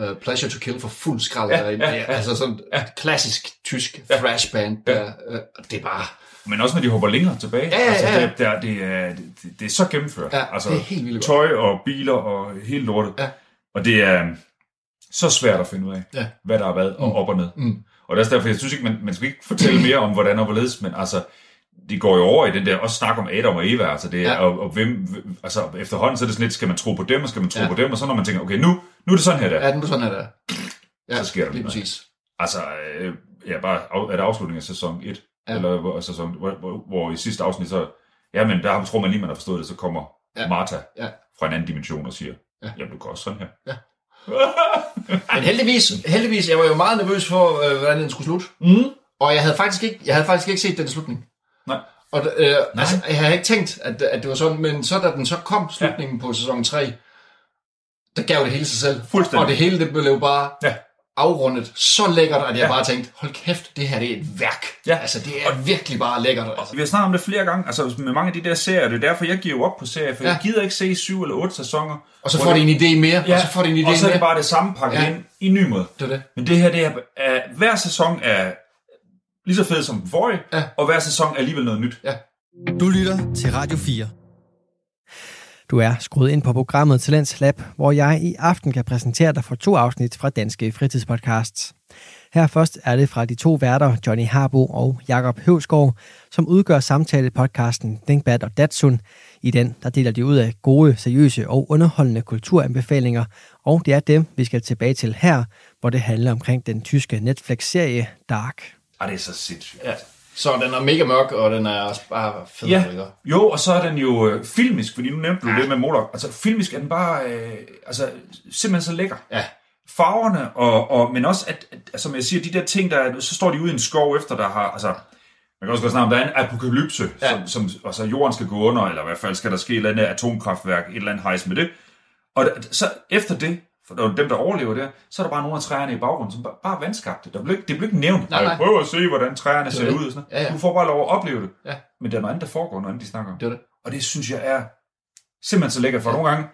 B: øh, Pleasure to Kill for fuld skrald. Ja, ja, ja. Altså sådan ja. klassisk tysk thrash band, der, øh, det er bare,
C: Men også når de hopper længere tilbage.
B: Ja, ja,
C: altså,
B: ja.
C: Det, der, det, er, det, det er så gennemført.
B: Ja,
C: altså,
B: det er helt vildt godt.
C: Tøj og biler og hele lortet.
B: Ja.
C: Og det er øhm, så svært at finde ud af,
B: Ja.
C: hvad der er hvad, og op og ned.
B: Mm.
C: Og det er også derfor, jeg synes ikke, man, man skal ikke fortælle mere om, hvordan og hvorledes, men altså, det går jo over i den der, også snak om Adam og Eva, altså det er, ja.
B: Ja.
C: og, og hvem, altså efterhånden så er det sådan lidt, skal man tro på dem, og skal man tro ja.
B: Ja.
C: på dem, og så når man tænker, okay, nu, nu er det sådan her, der.
B: ja, den sådan her der. Ja,
C: Så sker der
B: lige
C: noget.
B: præcis.
C: Altså, øh, ja, bare af, er det afslutningen af sæson 1? Ja.
B: Ja.
C: Eller hvor, sæson, hvor, hvor, hvor i sidste afsnit, så... Jamen, der tror man lige, man har forstået det, så kommer ja.
B: Ja.
C: Martha
B: Ja.
C: fra en anden dimension og siger, ja.
B: Ja.
C: jamen, du går også sådan her.
B: Men heldigvis, heldigvis, jeg var jo meget nervøs for, øh, hvordan den skulle slutte.
C: Mm.
B: Og jeg havde faktisk ikke, jeg havde faktisk ikke set den slutning.
C: Nej.
B: Og øh, altså, jeg havde ikke tænkt, at, at det var sådan, men så da den så kom, slutningen ja. på sæson 3, der gav det hele sig selv.
C: Fuldstændig.
B: Og det hele, det blev bare
C: Ja.
B: afrundet så lækkert, at jeg
C: Ja.
B: ja. bare tænkte, hold kæft, det her det er et værk.
C: Ja.
B: Altså, det er virkelig bare lækkert. Altså.
C: Vi har snakket om det flere gange, altså med mange af de der serier, det er derfor, jeg giver jo op på serier, for ja.
B: Ja.
C: jeg gider ikke se syv eller otte sæsoner.
B: Og så
C: hvor
B: får de en idé mere, ja. og så får de en idé
C: og så er
B: mere.
C: det bare det samme pakket ja.
B: Ja.
C: ind i en ny måde.
B: Det er det.
C: Men det her, det er, er hver sæson er lige så fed som den forrige,
B: Ja.
C: og hver sæson er alligevel noget nyt.
A: Du lytter til Radio 4. Du er skruet ind på programmet Talents Lab, hvor jeg i aften kan præsentere dig for to afsnit fra Danske Fritidspodcasts. Her først er det fra de to værter, Johnny Harbo og Jakob Høvsgaard, som udgør samtale-podcasten Dinkbat og Datsun. I den der deler de ud af gode, seriøse og underholdende kulturanbefalinger, og det er dem, vi skal tilbage til her, hvor det handler omkring den tyske Netflix-serie Dark.
C: Ej, det er så sindssygt.
B: Ja. Så den er mega mørk, og den er også bare fed.
C: Ja,
B: lækker.
C: jo, og så er den jo øh, filmisk, fordi nu nævnte du det med Moloch. Altså, filmisk er den bare øh, altså, simpelthen så lækker.
B: Ja.
C: Farverne, og, og, men også, at, at, som jeg siger, de der ting, der, så står de ude i en skov efter, der har, altså, man kan også godt snakke om, der er en apokalypse, ja.
B: Ja.
C: som, som altså, jorden skal gå under, eller i hvert fald skal der ske et eller andet atomkraftværk, et eller andet hejs med det. Og der, så efter det, for der er jo dem, der overlever der, så er der bare nogle af træerne i baggrunden, som bare, bare er vandskabte. Der blev, ikke- det blev ikke nævnt.
B: Nej,
C: Nej,
B: nej.
C: nej. Prøv at se, hvordan træerne ser
B: det.
C: ud. Og sådan. noget.
B: Ja, ja.
C: Du får bare lov at opleve det.
B: Ja.
C: Men der er noget andet, der foregår, når andet de snakker om.
B: Det er det.
C: Og det synes jeg er simpelthen så lækkert, for nogle gange,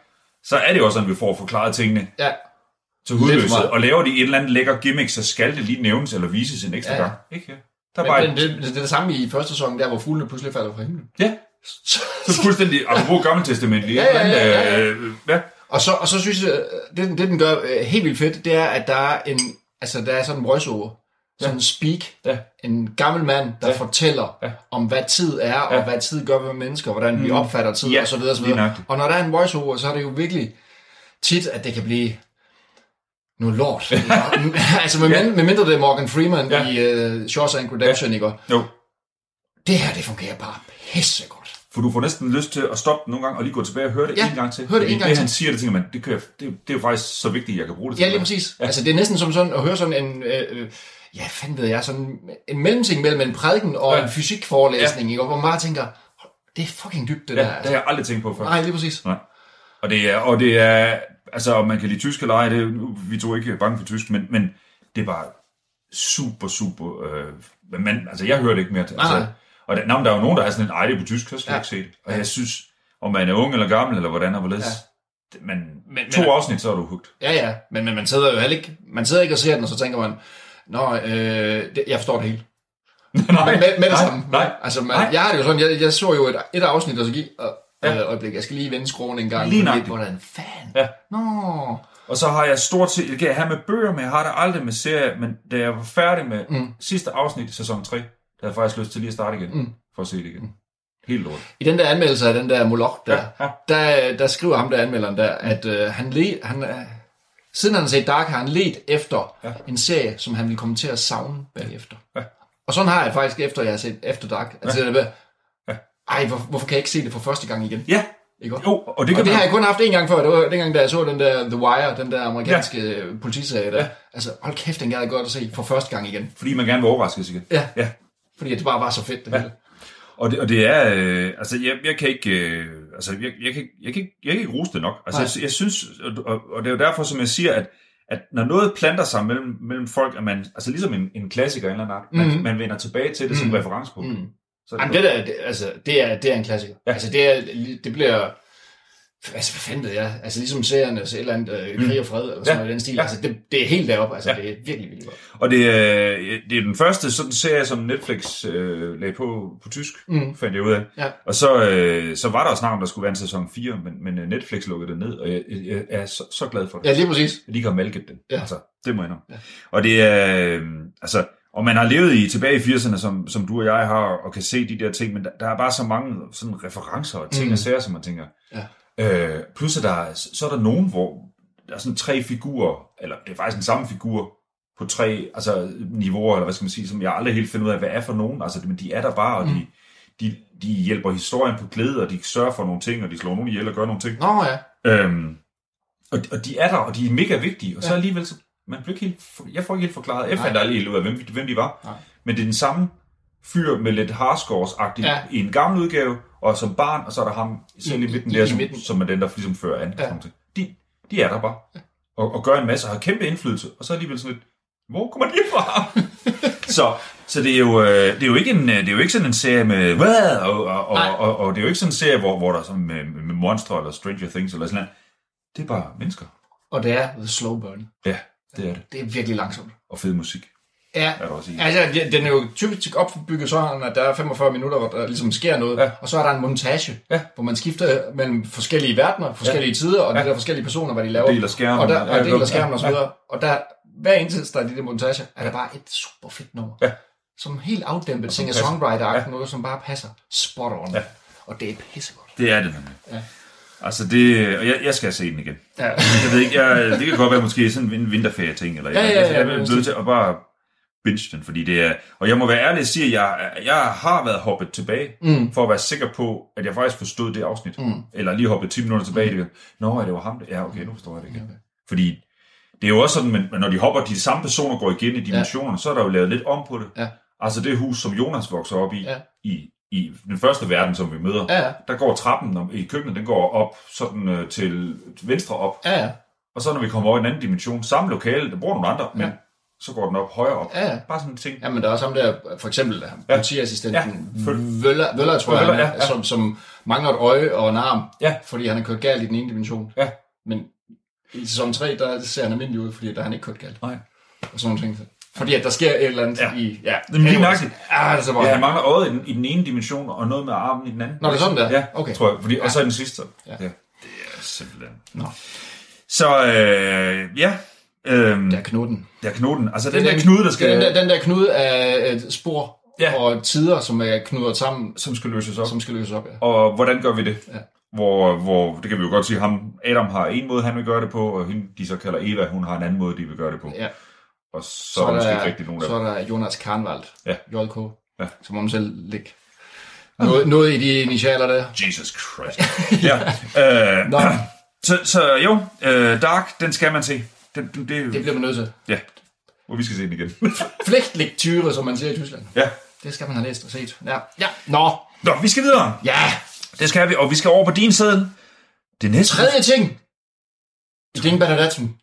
C: så er det jo også sådan, at vi får forklaret tingene
B: Ja.
C: til
B: Lidt for
C: hudløshed,
B: meget.
C: og laver de et eller andet lækker gimmick, så skal det lige nævnes eller vises en ekstra
B: Ja, ja.
C: gang. Ikke? ja? Der er bare
B: Men, men
C: et,
B: det, det, er det samme i første sæson, der hvor fuglene pludselig falder fra himlen.
C: ja, så fuldstændig, apropos gammeltestamentlig, ja,
B: Ja, ja,
C: ja, ja,
B: ja, ja,
C: ja. Øh, ja,
B: Og så, og så synes jeg, øh, det, den- det den gør øh, helt vildt fedt, det er, at der er en, altså der er sådan en voiceover, sådan en speak,
C: Ja.
B: en gammel mand, der
C: Ja.
B: fortæller
C: Ja.
B: om, hvad tid er, og
C: Ja.
B: hvad tid gør ved mennesker, hvordan vi
C: Mm.
B: opfatter tid,
C: Ja,
B: og så videre, og så
C: lige
B: videre.
C: nøjagtigt.
B: Og når der er en voiceover, så er det jo virkelig tit, at det kan blive noget
C: (laughs)
B: lort. altså, med,
C: Ja.
B: med mindre det er Morgan Freeman
C: Ja.
B: ja. i uh, Shawshank Redemption, ja.
C: jo.
B: det her, det fungerer bare pissegodt.
C: For du får næsten lyst til at stoppe den nogle gange, og lige gå tilbage og høre det
B: Ja,
C: en gang til.
B: hør det
C: Fordi
B: en gang
C: det,
B: til.
C: han siger, det tænker man, det, kan jeg, det, det er jo faktisk så vigtigt, at jeg kan bruge det til.
B: Ja, lige
C: noget.
B: præcis. Ja. Altså, det er næsten som sådan at høre sådan en... Øh, øh, ja, fanden ved jeg, sådan en mellemting mellem en prædiken og
C: Ja.
B: ja. en fysikforelæsning, ja. ikke? Og hvor man bare tænker, "Hold, det er fucking dybt, det ja, der. altså."
C: Ja, det har jeg aldrig tænkt på før.
B: Nej, lige præcis.
C: Nej. Og det er, og det er, Altså, om man kan lide tysk eller ej, det, vi tog ikke bange for tysk, men, men det var super, super... Øh, men man, altså, jeg hørte ikke mere til.
B: Nej,
C: Altså,
B: nej.
C: og der, nå, men der er jo nogen, der er sådan en, ej, det er på tysk, så skal ja.
B: Ja.
C: ikke se det. Og jeg synes, om man er ung eller gammel, eller hvordan og hvorledes, ja. men,
B: men-
C: to afsnit, så er du (laughs) hugt.
B: Ja, ja, men, men man sidder jo heller ikke, man sidder ikke og ser den, og så tænker man, Nå, øh, det, jeg forstår det hele.
C: nej,
B: Men, med, med det
C: nej,
B: samme.
C: Nej,
B: Altså, man,
C: nej.
B: jeg har det jo sådan, jeg, jeg så jo et, et afsnit, og så gik, og,
C: Ja.
B: ja. øh, øjeblik, jeg skal lige vende skruen en gang.
C: Lige
B: fordi,
C: nøjagtigt.
B: Hvordan fanden?
C: Ja.
B: Nå.
C: Og så har jeg stort set, det kan jeg have med bøger, men jeg har det aldrig med serier, men da jeg var færdig med mm. sidste afsnit i sæson 3, der havde jeg faktisk lyst til lige at starte igen, mm. for at se det igen. Mm. Helt lort.
B: I den der anmeldelse af den der Moloch der,
C: Ja, ja.
B: der, der skriver ham der anmelderen der, at øh, han, le, han øh, siden han har set Dark, har han let efter
C: Ja.
B: ja. en serie, som han vil komme til at savne bagefter. Ja. Og sådan har jeg faktisk efter, jeg har set efter Dark. Altså, ja. jeg, ej, hvor, hvorfor kan jeg ikke se det for første gang igen?
C: Ja,
B: Ikke? også?
C: jo, og det kan
B: Og det
C: man...
B: har jeg kun haft en gang før. Det var dengang, da jeg så den der The Wire, den der amerikanske ja. politiserie der. Ja. Altså, hold kæft, den gad jeg godt at se for første gang igen.
C: Fordi man gerne vil overraskes igen.
B: Ja.
C: Ja.
B: Fordi det bare var så fedt, det ja. hele.
C: Og det, og det er, øh, altså jeg, jeg kan ikke, øh, altså jeg, jeg, kan, ikke- jeg, kan, ikke- jeg kan ikke rose det nok. Altså
B: Nej.
C: jeg, jeg synes, og, og, og det er jo derfor, som jeg siger, at, at når noget planter sig mellem, mellem folk, at man, altså ligesom en, en klassiker eller andet, man, mm-hmm.
B: Mhm.
C: man vender tilbage til det mm-hmm. som referencepunkt.
B: Mm.
C: Så er
B: Jamen, det der, det, altså, det er, det er en klassiker. Ja. Altså, det, er, det bliver... Altså, hvad fanden ved jeg? Altså, ligesom serien, så et eller andet øh, krig og fred, eller sådan
C: Ja.
B: ja. noget i den stil.
C: Ja.
B: Ja. Altså, det, det er helt deroppe. Altså,
C: Ja.
B: ja. det er virkelig, virkelig godt.
C: Og det er, det er den første sådan serie, som Netflix øh, lagde på på tysk, mm.
B: Mm.
C: fandt jeg ud af.
B: Ja.
C: Og så, øh, så var der også snak om, der skulle være en sæson 4, men, men øh, Netflix lukkede det ned, og jeg, jeg er så, så glad for det.
B: Ja, lige præcis.
C: at de ikke har malket den. Ja.
B: Ja.
C: Altså, det må jeg nok. Ja.
B: Ja.
C: Og det er, øh, altså, og man har levet i tilbage i 80'erne, som, som du og jeg har, og kan se de der ting, men der, der er bare så mange sådan referencer og ting mm.
B: Mm.
C: og sager, som man tænker.
B: Ja.
C: Øh, plus, at der, er- så er der nogen, hvor der er sådan tre figurer, eller det er faktisk den samme figur, på tre altså, niveauer, eller hvad skal man sige, som jeg aldrig helt finder ud af, hvad er for nogen. Altså, men de er der bare, og mm. de, de, de hjælper historien på glæde, og de sørger for nogle ting, og de slår nogen ihjel og gør nogle ting.
B: Nå ja.
C: Øhm, og, og de er der, og de er mega vigtige, og så alligevel, så, man blev ikke helt, for- jeg får ikke helt forklaret, jeg fandt
B: Nej.
C: aldrig helt ud af, hvem, hvem de var,
B: Nej.
C: men det er den samme fyr med lidt harskårs-agtigt ja.
B: Ja.
C: i en gammel udgave, og som barn, og så er der ham selv i
B: I-
C: midten
B: i-
C: der,
B: i
C: som,
B: midten.
C: som er den, der ligesom fører an.
B: Ja.
C: Ja. De, de er der bare, og, og gør en masse, og har kæmpe indflydelse, og så alligevel sådan lidt, hvor kommer de
B: (laughs)
C: fra? så så det, er jo, øh, det, er jo ikke en, øh, det er jo ikke sådan en serie med, hvad? Og, og,
B: Nej.
C: og, og, og, det er jo ikke sådan en serie, hvor, hvor der er sådan med, med monstre eller Stranger Things eller sådan noget. Det er bare mennesker.
B: Og det er The Slow Burn.
C: Ja, det er det.
B: Det er virkelig langsomt.
C: Og fed musik,
B: Ja.
C: er der også i.
B: Altså, ja, den er jo typisk opbygget sådan, at der er 45 minutter, hvor der ligesom sker noget,
C: Ja.
B: ja. og så er der en montage,
C: Ja.
B: hvor man skifter mellem forskellige verdener, forskellige ja. tider, og ja. de der forskellige personer, hvad de laver.
C: Deler skærmen.
B: Og der,
C: Ja,
B: og deler skærmen
C: ja,
B: og så videre. Og der, hver indsats, der er i de montager, er der bare et super fedt nummer.
C: Ja.
B: Som helt afdæmpet
C: som
B: singer
C: passer.
B: songwriter ja. noget, som bare passer spot on. Ja. Og det er pissegodt.
C: Det er det nemlig. Ja. Altså det, og jeg, jeg skal se den igen.
B: Ja.
C: Jeg ved ikke, jeg, det kan godt være måske sådan en vinterferie ting, eller
B: Ja, ja,
C: jeg,
B: ja,
C: jeg, jeg er
B: det er
C: nødt til at bare binge den, fordi det er, og jeg må være ærlig og sige, at jeg, jeg har været hoppet tilbage, mm. for at være sikker på, at jeg faktisk forstod det afsnit, mm. eller lige hoppet 10 minutter tilbage, mm. det, nå, ja, det var ham, det- ja, okay, nu forstår jeg det igen. Okay. Fordi det er jo også sådan, men men når de hopper, de samme personer går igen i dimensionerne, ja. så er der jo lavet lidt om på det.
B: Ja.
C: Altså det hus, som Jonas vokser op i,
B: Ja.
C: i, i den første verden, som vi møder,
B: Ja, ja.
C: der går trappen om- i køkkenet, den går op sådan øh, til venstre op,
B: Ja, ja.
C: og så når vi kommer over i en anden dimension, samme lokale, der bor nogle andre, men
B: Ja.
C: så går den op højere op.
B: Ja, ja.
C: Bare sådan en ting.
B: Ja, men der er også ham der, for eksempel ham,
C: Ja.
B: politiassistenten
C: Ja,
B: ja.
C: føl-
B: Vøller, Vøller, tror jeg,
C: Vøller,
B: han er,
C: ja, ja.
B: Som, som mangler et øje og en arm,
C: Ja.
B: fordi han har kørt galt i den ene dimension.
C: Ja.
B: Men i sæson 3, der ser han almindelig ud, fordi der har han ikke kørt galt.
C: Nej.
B: Og sådan nogle ting. Fordi at der sker et eller andet
C: Ja.
B: ja. i... Ja,
C: Men lige
B: Anyways.
C: nøjagtigt.
B: Ja, det er så
C: Ja,
B: bare...
C: han mangler øjet i den, i den ene dimension, og noget med armen i den anden.
B: Nå, det er sådan der?
C: Ja,
B: Okay.
C: tror jeg. Fordi, Og så i den sidste. Ja.
B: Ja.
C: ja. Det er simpelthen...
B: Nå.
C: Så øh, ja, øh,
B: Der er knoten.
C: der er knoten. Altså den, den der knude, der skal,
B: Den der, den der knude af et spor
C: Ja.
B: ja. og tider, som er knudret sammen,
C: som skal løses op.
B: som skal løses op. Ja.
C: Og hvordan gør vi det? Ja.
B: Ja.
C: Hvor, hvor, det kan vi jo godt sige, ham, Adam har en måde, han vil gøre det på, og hende, de så kalder Eva, hun har en anden måde, de vil gøre det på.
B: Ja.
C: Og så, så er der måske ikke rigtig nogen af
B: så
C: dem.
B: er der Jonas Karnvald,
C: Ja.
B: JK,
C: Ja.
B: som om selv ligger. Noget, noget i de initialer der.
C: Jesus
B: (laughs)
C: Christ. ja. Øh,
B: Nå,
C: så, så jo, øh, Dark, den skal man se. Den, den, det,
B: det
C: det
B: bliver man nødt til.
C: Ja. Og vi skal se den igen. (laughs)
B: Pligtlektüre, som man siger i Tyskland.
C: ja.
B: Det skal man have læst og set. Ja. ja. Nå,
C: Nå, vi skal videre.
B: ja.
C: Det skal vi, og vi skal over på din side. Det næste.
B: Tredje ting. I Dingbadatsen.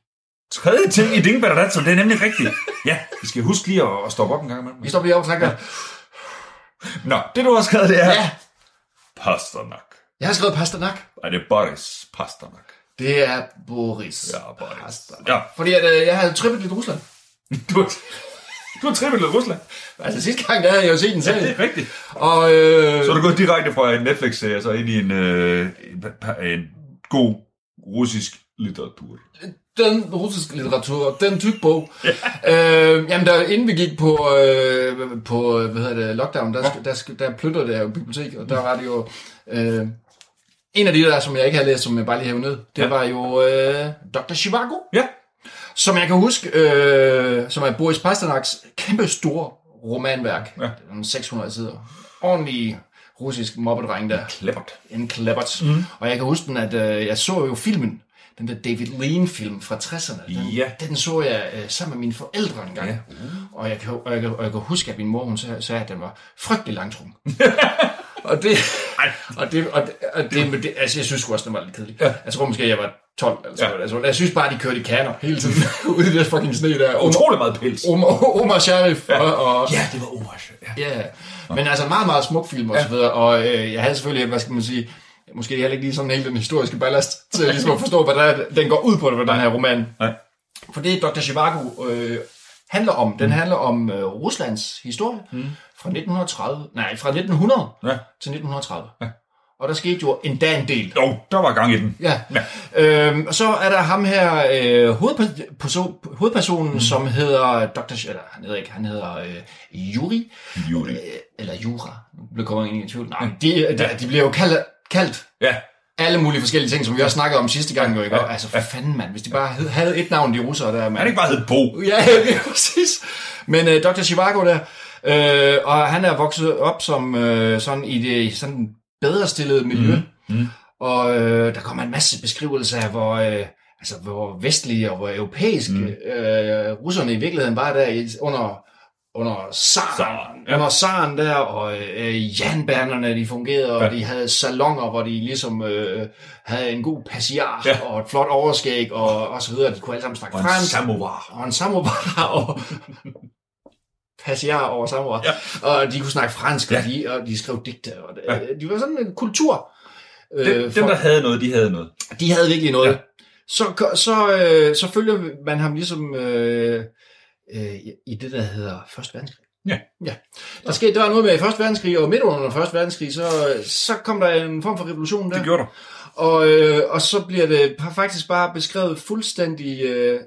C: Tredje ting i Dingbadatsen, det er nemlig rigtigt. Ja, vi skal huske lige at, at stoppe op en gang imellem.
B: Vi stopper lige op og snakker.
C: Nå, det du har skrevet, det er...
B: Ja,
C: Pasternak.
B: jeg har skrevet Pasternak.
C: Er det Boris Pasternak?
B: Det er Boris.
C: Ja, Boris.
B: Pasternak.
C: Ja,
B: Fordi at, øh, jeg havde trippet lidt Rusland.
C: du har, du har trippet lidt Rusland.
B: Altså sidste gang, der havde jeg jo set den
C: Ja,
B: selv.
C: det er rigtigt.
B: Og øh,
C: Så er du gået direkte fra en Netflix-serie så ind i en, øh, en, en god russisk litteratur.
B: den russiske litteratur, den tyk
C: (laughs)
B: bog. øh, jamen, der, inden vi gik på, øh, på øh, hvad hedder det, lockdown, der, sk- der, sk- der plyndrede jeg jo bibliotek, og der var det jo... Øh, en af de der, som jeg ikke havde læst, som jeg bare lige havde ned, det
C: Ja.
B: var jo øh, Dr. Chivago.
C: Ja.
B: Som jeg kan huske, øh, som er Boris Pasternaks kæmpe store romanværk.
C: Ja.
B: Ja. 600 sider. Ordentlig russisk mobbedreng der
C: Lækkert.
B: en Kleppert. Mm. Og jeg kan huske den, at øh, jeg så jo filmen, den der David Lean-film fra 60'erne. Den,
C: Ja.
B: den så jeg øh, sammen med mine forældre engang.
C: Ja.
B: Ja. Og, jeg kan, og, jeg kan, og jeg kan huske, at min mor hun sagde, sagde, at den var frygtelig langtrum. (laughs) og det...
C: Ej.
B: Og det, og det, og det, men det altså, jeg synes sgu også, den var lidt kedelig. Ja. Jeg tror måske, jeg var 12 eller sådan
C: Ja.
B: noget. Altså, jeg synes bare, de kørte i kaner hele (laughs) tiden ude i det der fucking sne der. Omar,
C: Utrolig meget pels.
B: Omar, Omar Sharif ja. og, og,
C: Ja, det var Omash. Ja.
B: Ja, yeah. men altså meget, meget smuk film og så videre, og øh, jeg havde selvfølgelig, hvad skal man sige, måske heller ikke lige sådan hele den historiske ballast til ligesom at forstå, hvad der, er- den går ud på, hvad den her roman.
C: Nej.
B: For det Dr. Zhivago øh, handler om, den handler om øh, Ruslands historie mm. fra 1930, nej, fra 1900
C: Ja.
B: til 1930. Ja. Og der skete jo endda en del.
C: Jo, der var gang i den.
B: Ja. Øhm, og så er der ham her, øh, hovedperso- perso- hovedpersonen, mm. som hedder Dr. Sh- eller han hedder ikke, han hedder øh, Yuri.
C: Yuri.
B: Øh, eller Jura. Nu kommer jeg ind i tvivl. Nej, men de, de, de bliver jo kaldt, kaldt
C: Ja,
B: alle mulige forskellige ting, som vi også snakkede om sidste gang, jo ikke? Og, altså, for fanden, mand. Hvis de bare hed- havde et navn, de russere, der...
C: han er
B: Man.
C: ikke bare hed Bo.
B: (laughs) Ja, ja, præcis. Men øh, Dr. Chivago der, øh, og han er vokset op som øh, sådan i det sådan bedre stillede miljø. Mm.
C: Mm.
B: Mm. Og øh, der kommer en masse beskrivelser af, hvor, øh, altså, hvor vestlige og hvor europæiske mm. øh, russerne i virkeligheden var der i, under under
C: Zaren,
B: Saren,
C: ja.
B: ja. under Saren der, og øh, jernbanerne de fungerede, og
C: Ja.
B: ja. de havde salonger, hvor de ligesom øh, havde en god passiar,
C: Ja.
B: ja. og et flot overskæg, og, og så videre, de kunne alle sammen snakke
C: Og en
B: fransk,
C: samovar.
B: og en samovar (laughs) og passiar over samovar. Ja. Og de kunne snakke fransk, ja.
C: Ja.
B: og, de, og de skrev digte. Og det, ja. De var sådan en kultur.
C: Dem,
B: øh,
C: dem,
B: for-
C: der havde noget, de havde noget.
B: de havde virkelig noget.
C: Ja.
B: Ja. Så, ko- så, øh, så følger man ham ligesom øh, øh, i- i det, der hedder Første Verdenskrig.
C: Ja.
B: ja. Der skete der var noget med i Første Verdenskrig, og midt under Første Verdenskrig, så, så kom der en form for revolution der.
C: Det gjorde der.
B: Og, øh, og så bliver det pa- faktisk bare beskrevet fuldstændig, øh,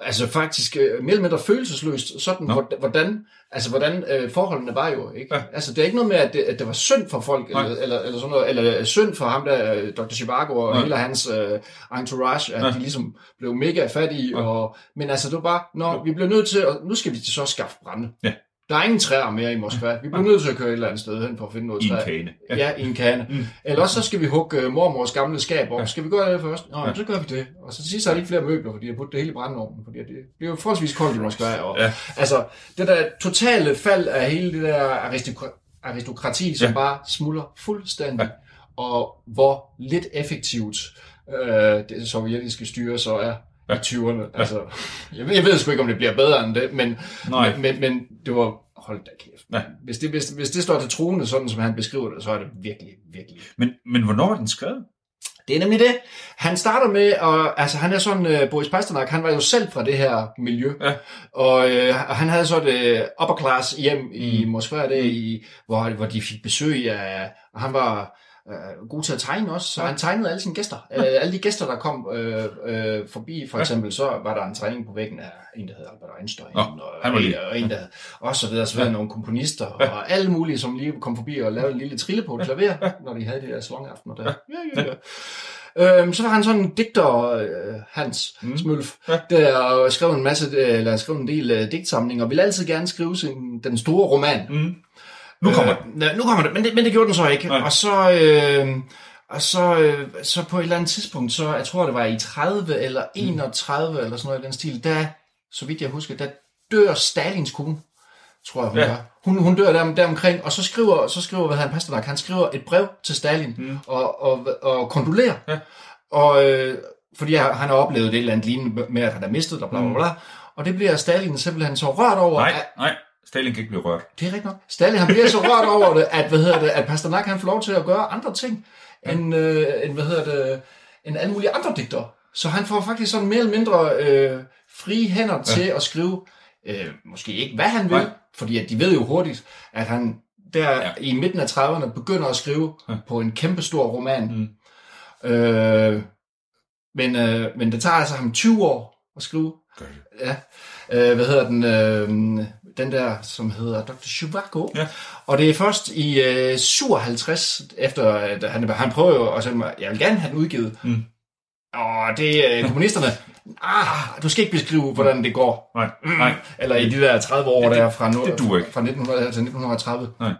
B: altså faktisk øh, mere eller mindre følelsesløst, sådan
C: Nå.
B: hvordan, hvordan, altså, hvordan øh, forholdene var jo. Ikke?
C: Ja.
B: Ja. Altså det er ikke noget med, at det, at det var synd for folk,
C: Nej.
B: eller, eller, eller, sådan noget, eller synd for ham der, øh, Dr. Chivago og
C: Nej.
B: hele hans øh, entourage, at
C: Ja.
B: ja. de ligesom blev mega fattige.
C: Ja.
B: Ja. Og, men altså det var bare,
C: Jo.
B: når vi blev nødt til, at, nu skal vi så skaffe brænde.
C: Ja.
B: Der er ingen træer mere i Moskva. Vi bliver nødt til at køre et eller andet sted hen for at finde noget
C: I
B: træ.
C: en kane.
B: Ja, ja i en kande.
C: Mm.
B: Mm. Eller også så skal vi hugge øh, mormors gamle skab op.
C: Ja.
B: Ja. Skal vi gøre det først? Nå,
C: Ja.
B: ja. så gør vi det. Og så til sidst har de ikke flere møbler, fordi jeg putte det hele i brændeovnen. Fordi det bliver jo forholdsvis koldt i Moskva. Og,
C: Ja.
B: ja. Altså, det der totale fald af hele det der aristokra- aristokrati, som
C: Ja.
B: ja. bare smuldrer fuldstændig. Ja. Og hvor lidt effektivt øh, det sovjetiske styre så er ja.
C: Ja.
B: i 20'erne. Altså, jeg, ved, jeg ved sgu ikke, om det bliver bedre end det, men,
C: Nej.
B: men, men, men det var... Hold da kæft.
C: Ja.
B: Hvis det, hvis, hvis det står til troende, sådan som han beskriver det, så er det virkelig, virkelig.
C: Men, men hvornår er den skrevet?
B: Det er nemlig det. Han starter med, og, altså han er sådan, uh, Boris Pasternak, han var jo selv fra det her miljø.
C: Ja.
B: Og øh, han havde så det upper class hjem i
C: Mm.
B: Moskva, det, i, hvor, hvor de fik besøg af, og han var øh, god til at tegne også, så han tegnede alle sine gæster. Øh, alle de gæster, der kom øh, øh, forbi, for eksempel, så var der en tegning på væggen af en, der hedder Albert Einstein,
C: Nå, han
B: og,
C: var
B: øh,
C: lige-
B: og en, der og så videre, så videre, nogle komponister, og alle mulige, som lige kom forbi og lavede en lille trille på et klaver, når de havde de der salonaftener der. Ja, ja, ja. Øhm, så var han sådan en digter, øh, Hans
C: Mm.
B: mm. Smølf,
C: Ja.
B: ja. der og skrev en masse, øh, eller skrev en del øh, digtsamlinger, og ville altid gerne skrive sin, den store roman.
C: Mm. Nu kommer den.
B: Øh, nej, nu kommer det, men det, men det gjorde den så ikke.
C: Nej.
B: Og så... Øh, og så, øh, så på et eller andet tidspunkt, så jeg tror, det var i 30 eller 31 mm. eller sådan noget i den stil, der, så vidt jeg husker, der dør Stalins kone, tror jeg, hun
C: Ja.
B: ja. gør. Hun, hun dør der, der omkring, og så skriver, så skriver hvad han, Pasternak, han skriver et brev til Stalin
C: Mm.
B: mm. og, og, og kondolerer.
C: Ja.
B: Og øh, fordi jeg, han har oplevet et eller andet lignende med, at han har mistet og bla bla bla. Og det bliver Stalin simpelthen så rørt over,
C: Mm. Nej,
B: at,
C: nej, Stalin kan ikke blive rørt.
B: det er rigtigt nok. Stalin, han bliver så rørt over det, at, hvad hedder det, at Pasternak han får lov til at gøre andre ting, end, øh, end, hvad hedder det, end alle mulige andre digtere. Så han får faktisk sådan mere eller mindre øh, frie hænder ja. til at skrive, øh, måske ikke hvad han vil,
C: Nej.
B: fordi at de ved jo hurtigt, at han der
C: Ja.
B: ja. i midten af 30'erne begynder at skrive
C: Ja.
B: ja. på en kæmpe stor roman. Mm. Øh, men, øh, men det tager altså ham 20 år at skrive
C: Gør det.
B: ja. Øh, hvad hedder den? Øh, den der, som hedder Dr. Zhivago.
C: Ja.
B: Og det er først i øh, 57, efter at han, han prøver jo at sige, jeg vil gerne have den udgivet.
C: Mm.
B: Og det er øh, kommunisterne. Ah, du skal ikke beskrive, hvordan det går.
C: Nej, nej.
B: Eller i de der 30 år,
C: Ja,
B: ja,
C: det-
B: det, der er fra, nu,
C: det duer ikke.
B: fra 1900 til 1930.
C: Nej.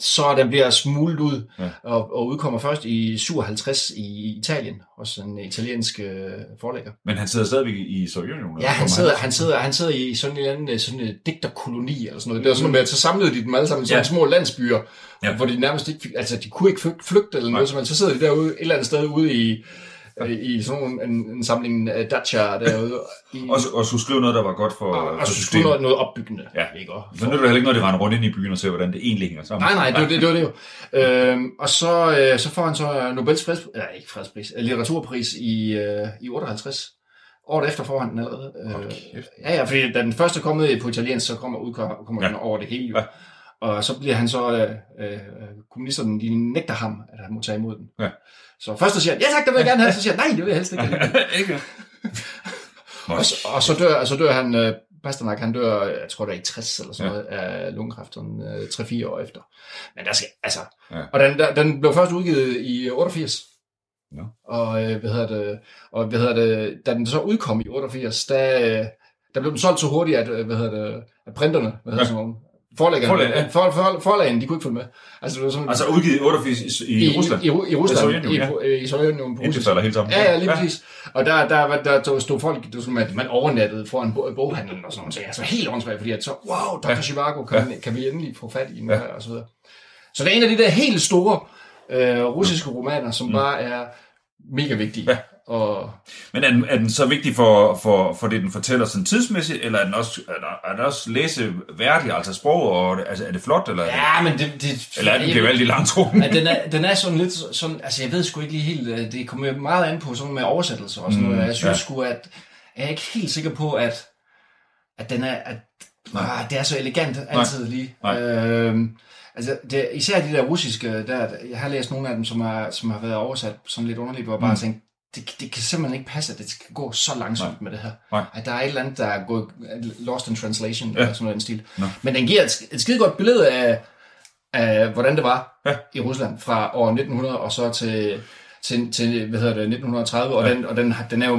B: Så den bliver smuglet ud
C: Ja.
B: ja. og, og udkommer først i 57 i Italien hos en italiensk øh, forlægger.
C: Men han sidder stadigvæk i i Sovjetunionen.
B: Ja, han sidder, han, sidder, han sidder i sådan en eller anden øh, sådan en digterkoloni eller sådan noget. Det var sådan noget med, at så samlede de dem alle sammen i sådan
C: Mm. Ja.
B: ja. små landsbyer,
C: Ja.
B: ja. hvor de nærmest ikke fik, altså de kunne ikke flyg- flygte eller
C: Nej.
B: noget, så, man, så sidder de derude et eller andet sted ude i, øh, i sådan nogle- en, en samling af dacha derude. I,
C: Og, og skulle skrive noget, der var godt for,
B: og,
C: for
B: og så skulle
C: systemet.
B: noget, noget opbyggende.
C: Ja.
B: Ikke? Og,
C: Så nu er det heller ikke, når de render rundt ind i byen og ser, hvordan det egentlig hænger sammen.
B: Nej, nej, det var det, det, var det jo. Øhm, og så, øh, så får han så Nobels fredspris, nej, ikke fredspris, øh, litteraturpris i, øh, i 58. Året efter får han den allerede. Øh, ja, ja, fordi da den første kom ned på italiensk, så kommer, udkom, kommer
C: Ja.
B: ja. den over det hele. Jo.
C: Ja.
B: Ja. Og så bliver han så, øh, øh, kommunisterne, de nægter ham, at han må tage imod den.
C: Ja.
B: Så først så siger han, ja tak, det vil jeg gerne have, så siger han, nej, det vil jeg helst ikke.
C: (laughs) ikke? Nå,
B: Og så, og så, dør, og så dør han, øh, Pasternak, han dør, jeg tror det er i 60 eller sådan
C: Ja.
B: ja. noget, af lungekræft, sådan øh, 3-4 år efter. Men der skal, altså,
C: Ja.
B: ja. og den, der, den blev først udgivet i 88.
C: Nå.
B: Og, øh, hvad hedder det, og hvad hedder det, da den så udkom i 88, der, øh, der blev den solgt så hurtigt, at, øh, hvad hedder det, at printerne, hvad hedder
C: Ja.
B: ja. sådan nogle, forlæggerne,
C: Forlag, ja.
B: forlag, for, for, forlagene, de kunne ikke følge med. Altså, det var sådan,
C: Altså udgivet i 88 i, i, i Rusland.
B: I, i, Ru- i Rusland,
C: Sovjetunionen,
B: i, i, i Sovjetunionen på
C: Inden det
B: russisk.
C: falder helt sammen.
B: Ja, ja, lige præcis. Og der, der, var- der, der stod folk, det var sådan, at man overnattede foran bog- boghandlen og sådan noget. Så altså helt åndssvagt, fordi at så, wow, Dr.
C: Ja.
B: Ja. Chivago, kan, ja. kan vi endelig få fat i nu her, og så videre. Så det er en af de der helt store øh, russiske romaner, som mm. bare er mega vigtige.
C: Ja.
B: Ja. Og
C: Men er den, er den så vigtig for, for, for det, den fortæller sådan tidsmæssigt, eller er den også, er der, er den også læseværdig, altså sproget, og er det- altså, er det flot, eller, ja.
B: ja, men det... det
C: eller er den gevaldig langtrukken?
B: Ja, den, er, den er sådan lidt sådan, altså jeg ved sgu ikke lige helt, øh, det kommer jo meget an på sådan med oversættelser og sådan
C: Mm,
B: noget. Jeg synes
C: ja.
B: ja. sgu, at jeg er ikke helt sikker på, at, at den er, at
C: Nej.
B: ah, det er så elegant altid Nej. lige.
C: Nej.
B: Øhm, altså det, især de der russiske, der, jeg har læst nogle af dem, som har, som har været oversat sådan lidt underligt, hvor jeg bare
C: Mm.
B: mm. tænkte, det, det kan simpelthen ikke passe, at det skal gå så langsomt
C: Nej.
B: med det her.
C: Nej.
B: At der er et eller andet, der er gået lost in translation,
C: Ja.
B: ja. eller sådan noget i den stil.
C: Nå.
B: Men den giver et, et skide godt billede af, af, hvordan det var
C: Ja.
B: ja. i Rusland fra år 1900 og så til, til, til hvad hedder det, 1930. Og,
C: Ja.
B: ja. den, og den, har- den er jo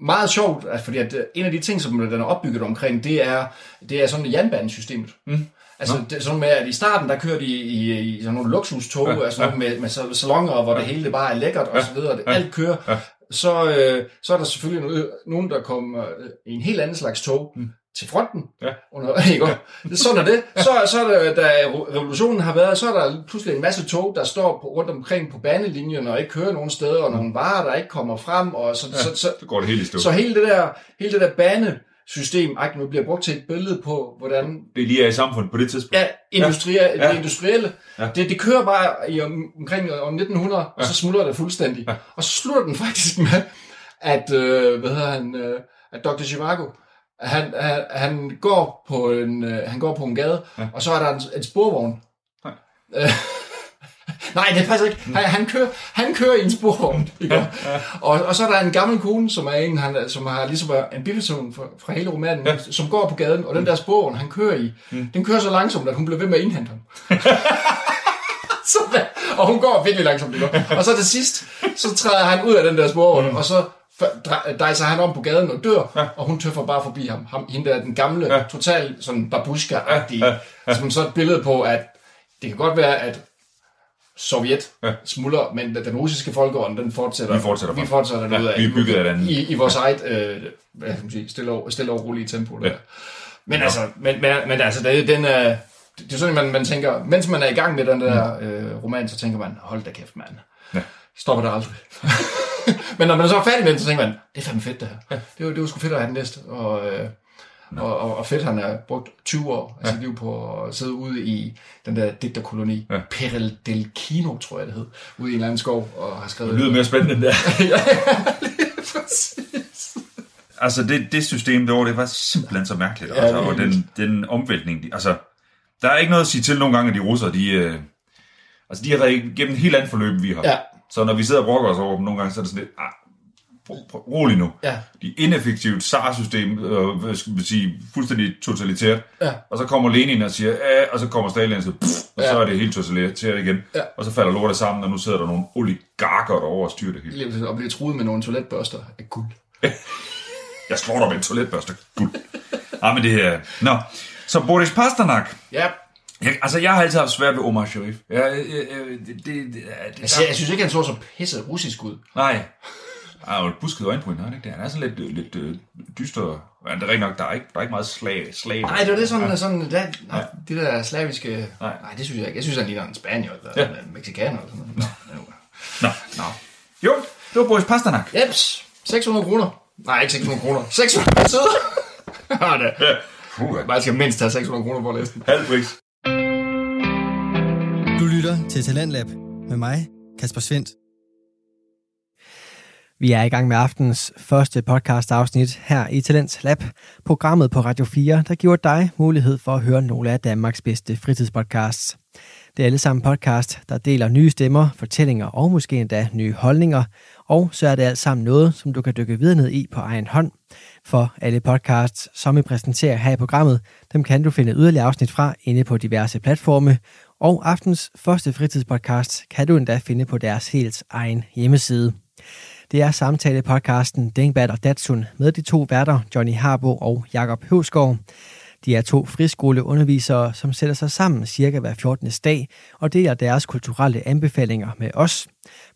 B: meget sjovt, altså, fordi at øh, en af de ting, som den er opbygget omkring, det er, det er sådan jernbanesystemet.
C: Mm.
B: Altså det, er sådan med, at i starten, der kørte de i, i, i sådan nogle luksustog,
C: Ja,
B: ja, altså ja. med, med sal- salonger, hvor det hele det bare er lækkert og
C: Ja,
B: så videre, og det,
C: ja,
B: alt kører.
C: ja.
B: Så, øh, så er der selvfølgelig no- nogen, der kommer øh, i en helt anden slags tog
C: Mm.
B: til fronten,
C: Ja.
B: under, (laughs) ikke? Ja. Sådan er det. Så, så er der, da revolutionen har været, så er der pludselig en masse tog, der står på, rundt omkring på banelinjen og ikke kører nogen steder, og nogle varer, der ikke kommer frem, og så, ja. så, så,
C: Så går det helt i stå.
B: så hele det der, hele det der banesystem, ej, nu bliver brugt til et billede på, hvordan
C: Det lige er i samfundet på det tidspunkt.
B: Ja, industrielle,
C: Ja.
B: ja. det industrielle.
C: Ja.
B: Ja. Det, det kører bare i om, omkring øh, om 1900, ja. og så smuldrer det fuldstændig. Ja. Og så slutter den (laughs) faktisk med, at, øh, hvad hedder han, øh, at Dr. Chivago, han, han, han, går på en, øh, han går på en gade,
C: Ja.
B: ja. og så er der en, en sporvogn.
C: Nej.
B: Øh, Nej, det passer ikke. Han, han, kører, han kører i en sporvogn. Ikke? Ja, ja. Og, og så er der en gammel kone, som er en, han, som har ligesom er en billedtone fra, fra hele romanen, ja. Mm. som går på gaden, og den der sporvogn, han kører i, den kører så langsomt, at hun bliver ved med at indhente ham. (laughs) så, hvad- og hun går virkelig langsomt. Ikke? Og så til sidst, så træder han ud af den der sporvogn, og så f- dre- dejser han om på gaden og dør, Mm. ja. og hun tøffer bare forbi ham. ham hende der, den gamle, ja. total sådan babushka-agtige, ja. Ja. som så er et billede på, at det kan godt være, at Sovjet ja. smuldrer, men den russiske folkeånd, den fortsætter.
C: Vi fortsætter
B: vi
C: bare.
B: fortsætter
C: Ja,
B: derudad.
C: vi er bygget af et andet.
B: I, i vores eget, øh, hvad skal man sige, stille og, stille og rolige tempo. Der.
C: Ja.
B: Ja. Men altså, men, men, men altså, det, den er, det er sådan, man, man tænker, mens man er i gang med den der øh, roman, så tænker man, hold da kæft, mand.
C: Mm. Ja.
B: Stopper der aldrig. (laughs) Men når man så er færdig med den, så tænker man, det er fandme fedt det her. Det var, det var sgu fedt at have den næste. Og, øh, og, og, og fedt, han har brugt 20 år af sit liv på at sidde ude i den der digterkoloni. Ja. Perel del Kino, tror jeg det hed. Ude i en eller anden skov, og har skrevet...
C: Det lyder mere spændende end det er.
B: (laughs) ja, lige præcis.
C: Altså, det, det system derovre, det var simpelthen så mærkeligt.
B: Ja,
C: altså,
B: det er
C: og den, den omvæltning, de- altså, der er ikke noget at sige til nogle gange, at de russere, de, øh, altså, de har været igennem et helt andet forløb, end vi har.
B: Ja.
C: Så når vi sidder og brokker os over dem nogle gange, så er det sådan lidt, ah, ro- ro- rolig nu.
B: Ja.
C: De er ineffektivt SAR-system, øh, hvad skal man sige, fuldstændig totalitært.
B: Ja.
C: Og så kommer Lenin og siger, ja, og så kommer Stalin og siger, pff, og
B: Ja.
C: så er det helt totalitært igen.
B: Ja.
C: Og så falder lortet sammen, og nu sidder der nogle oligarker derovre og styrer det hele.
B: Lige præcis, Og bliver truet med nogle toiletbørster af guld.
C: Jeg slår dig med en toiletbørste. Gud. Ah, men det er... Nå, så Boris Pasternak.
B: Ja,
C: Jeg, altså, jeg har altid haft svært ved Omar Sharif. Jeg, øh, øh, det, det, det,
B: jeg,
C: det,
B: siger, jeg synes ikke, han så så pisset russisk ud.
C: nej. Han har jo et busket øjenbryn, har han ikke det? Han er sådan lidt, øh, lidt øh, dyster. Ja, det er rigtig nok, der er ikke, der er ikke meget slag. slag
B: Nej, det var det sådan, ja. sådan der, nej, det der slaviske... Nej.
C: Nej.
B: nej, det synes jeg ikke. Jeg synes, han ligner en spanier eller ja. en mexikaner eller sådan noget. Nå, nu.
C: Nå. Nå. Jo, det var Boris Pasternak.
B: Jeps, 600 kroner. Nej, ikke 600 kroner. 600 sider! (laughs) Ja, da.
C: Ja. Uh,
B: Man skal mindst have 600 kroner for at læse den.
C: Halv pris.
A: Du lytter til Talentlab med mig, Kasper Svendt. Vi er i gang med aftens første podcast afsnit her i Talents Lab, programmet på Radio 4, der giver dig mulighed for at høre nogle af Danmarks bedste fritidspodcasts. Det er alle sammen podcast, der deler nye stemmer, fortællinger og måske endda nye holdninger, og så er det alt sammen noget, som du kan dykke videre ned i på egen hånd. For alle podcasts, som vi præsenterer her i programmet, dem kan du finde yderligere afsnit fra inde på diverse platforme, og aftens første fritidspodcast kan du endda finde på deres helt egen hjemmeside. Det er samtalepodcasten Dingbat og Datsun med de to værter, Johnny Harbo og Jakob Høvskov. De er to friskoleundervisere, som sætter sig sammen cirka hver 14. dag og deler deres kulturelle anbefalinger med os.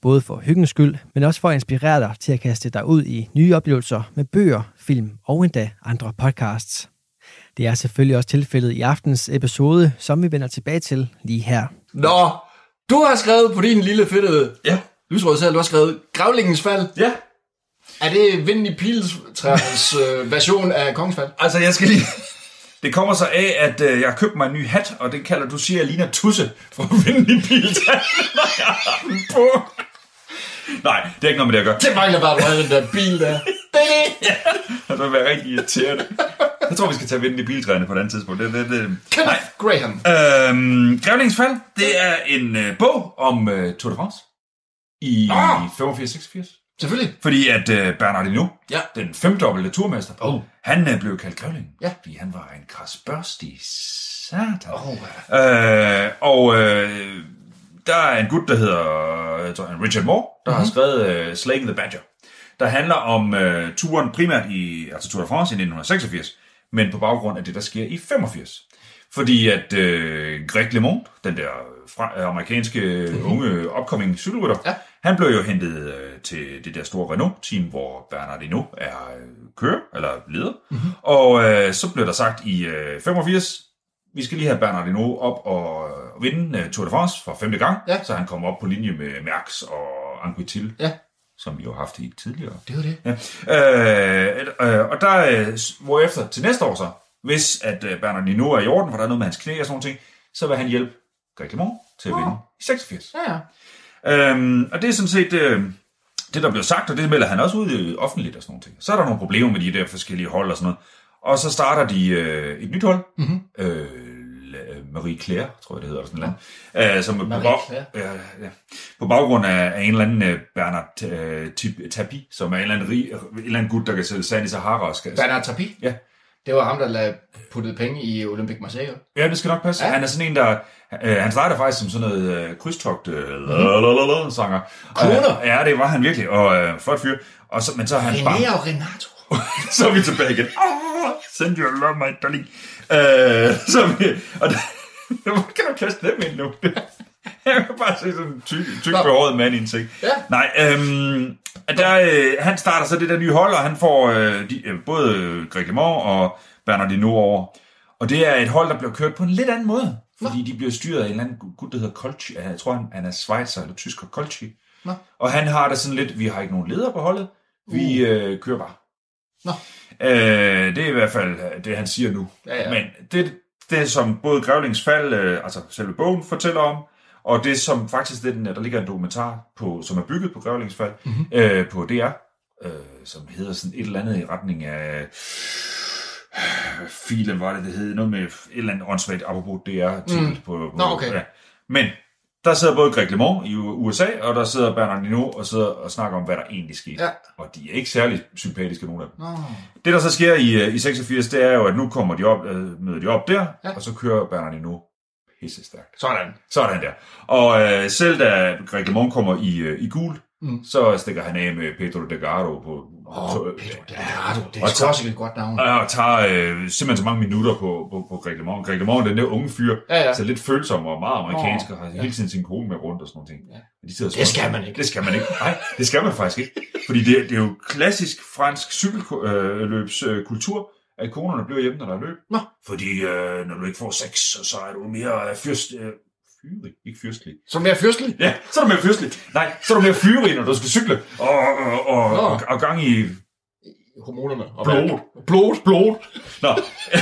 A: Både for hyggens skyld, men også for at inspirere dig til at kaste dig ud i nye oplevelser med bøger, film og endda andre podcasts. Det er selvfølgelig også tilfældet i aftens episode, som vi vender tilbage til lige her.
B: Nå, du har skrevet på din lille fedtede
C: Ja.
B: lysråd selv, du har skrevet Gravlingens fald.
C: Ja.
B: Er det Vind i Pilstræs øh, version af Kongens fald?
C: Altså, jeg skal lige... (laughs) Det kommer så af, at øh, jeg har købt mig en ny hat, og den kalder du siger, jeg ligner Tusse for at vinde i (laughs) biltaget, når jeg har den på. Nej, det er ikke noget med det, jeg gør. (laughs)
B: Det mangler bare, at du havde den der bil (laughs) der. Det
C: Det vil være rigtig irriterende. Jeg tror, vi skal tage vinden i biltræerne på et andet tidspunkt. Det, det, det.
B: Kenneth Graham.
C: Øhm, Grævlingens Fald, det er en øh, bog om øh, Tour de France i
B: Ah!
C: 85-86.
B: Selvfølgelig.
C: Fordi at øh, Bernard Hinault,
B: Ja.
C: den femdobbelte turmester,
B: Oh.
C: han øh, blev kaldt Grævlingen,
B: Ja.
C: fordi han var en krasbørstig satan.
B: Åh,
C: Øh, og øh, der er en gut, der hedder jeg tror, han er Richard Moore, der
B: Mhm.
C: mm-hmm. har skrevet øh, Slaying the Badger, der handler om øh, turen primært i altså Tour de France i 1986, men på baggrund af det, der sker i 85. Fordi at øh, Greg LeMond, den der øh, fra, amerikanske mm-hmm. unge opkommende cykelrytter,
B: Ja.
C: ja. han blev jo hentet øh, til det der store Renault-team, hvor Bernard Hinault er øh, kører, eller leder. Mm-hmm. Og øh, så blev der sagt i øh, 85, vi skal lige have Bernard Hinault op og øh, vinde øh, Tour de France for femte gang,
B: Ja.
C: så han kommer op på linje med Merckx og Anquetil,
B: Ja.
C: som vi jo har haft i tidligere.
B: Det var det.
C: Ja. Øh, øh, og der, øh, hvorefter til næste år så, hvis at øh, Bernard Hinault er i orden, for der er noget med hans knæ og sådan noget, så vil han hjælpe Greg LeMond til at vinde i 86.
B: Ja, ja.
C: Øhm, og det er sådan set øh, det, der bliver sagt, og det melder han også ud øh, offentligt og sådan noget. Så er der nogle problemer med de der forskellige hold og sådan noget. Og så starter de øh, et nyt hold.
B: Mhm.
C: Mm-hmm. Øh, La- øh, Marie Claire, tror jeg det hedder, eller sådan noget. Øh, som er på,
B: Marie
C: bag,
B: Claire.
C: øh, ja, på baggrund af, af en eller anden øh, Bernard øh, Tip- Tapie, som er en eller anden, rig, en eller anden gut, der kan sælge sand i Sahara. Og skal,
B: Bernard Tapie.
C: Ja.
B: Det var ham, der lagde puttede penge i Olympic Marseille.
C: Ja, det skal nok passe.
B: Ja.
C: Ja. Han er sådan en, der... Øh, han starter faktisk som sådan noget øh, krydstogt øh, lalalala sanger.
B: Mhm. Kroner?
C: Øh, ja, det var han virkelig. Og øh, flot fyr. Og så, men så er han bare... (laughs)
B: René og Renato.
C: så er vi tilbage igen. Oh, send your love, my darling. Øh, så er vi... Og der, (laughs) hvor kan du kaste dem ind nu? (laughs) Jeg kan bare se sådan en tyk, tyk
B: Nå.
C: behåret mand i en ting.
B: Ja.
C: Nej, øhm, der, øh, han starter så det der nye hold, og han får øh, de, øh, både øh, Greg LeMond og Bernardino over. Og det er et hold, der bliver kørt på en lidt anden måde. Fordi de bliver styret af en eller anden gut, der hedder Kolchi. Jeg tror, han, han er schweizer eller tysker. Kolchi.
B: Nå.
C: Og han har det sådan lidt, vi har ikke nogen leder på holdet, vi øh, kører bare.
B: Uh. Nå.
C: Øh, det er i hvert fald øh, det, han siger nu.
B: Ja, ja.
C: Men det, det, som både Grævlings fald, øh, altså selve bogen, fortæller om, og det som faktisk, det, den, der ligger en dokumentar, på, som er bygget på Grævlings fald,
B: Mhm.
C: mm-hmm. øh, på DR, øh, som hedder sådan et eller andet i retning af... øh, Filen var det, det hed. Noget med et eller andet åndssvagt, apropos DR-titel. Mm. På, på,
B: Nå, okay.
C: Ja. Men der sidder både Greg LeMond i U- USA, og der sidder Bernard Hinault og sidder og snakker om, hvad der egentlig skete.
B: Ja.
C: Og de er ikke særlig sympatiske, nogen af dem.
B: Nå.
C: Det, der så sker i, øh, i 86, det er jo, at nu kommer de op, øh, møder de op der,
B: Ja.
C: ja. og så kører Bernard Hinault pisse stærkt.
B: Sådan.
C: Sådan der. Og øh, selv da Greg LeMond kommer i, øh, i gul,
B: Mm.
C: mm. så stikker han af med Pedro de Garo på...
B: Åh,
C: to-
B: oh, Pedro Delgado, det er
C: Og
B: sgu
C: tak.
B: også et godt navn.
C: og jeg tager øh, simpelthen så mange minutter på, på, på Greg LeMond. Greg LeMond, den der unge fyr,
B: Ja, ja.
C: så lidt følsom og meget amerikansk, og har
B: ja.
C: hele tiden sin kone med rundt og sådan noget. ting.
B: Ja.
C: Og de sidder og
B: Det
C: spørger-
B: skal man ikke.
C: Det skal man ikke. Nej, det skal man faktisk ikke. Fordi det, det er jo klassisk fransk øh, cykelløbskultur, at konerne bliver hjemme, når der er løb.
B: Nå.
C: Fordi øh, når du ikke får sex, så, så er du mere øh, fyrst... Øh, fyrig, ikke fyrstlig.
B: Som mere fyrstelig.
C: Ja, så er du mere fyrstlig. Nej, så er du mere fyrig, når du skal cykle. Og, og, og,
B: Nå.
C: og, og gang i
B: Hormonerne. Og
C: blod.
B: Blod. Blod.
C: Nå, (laughs)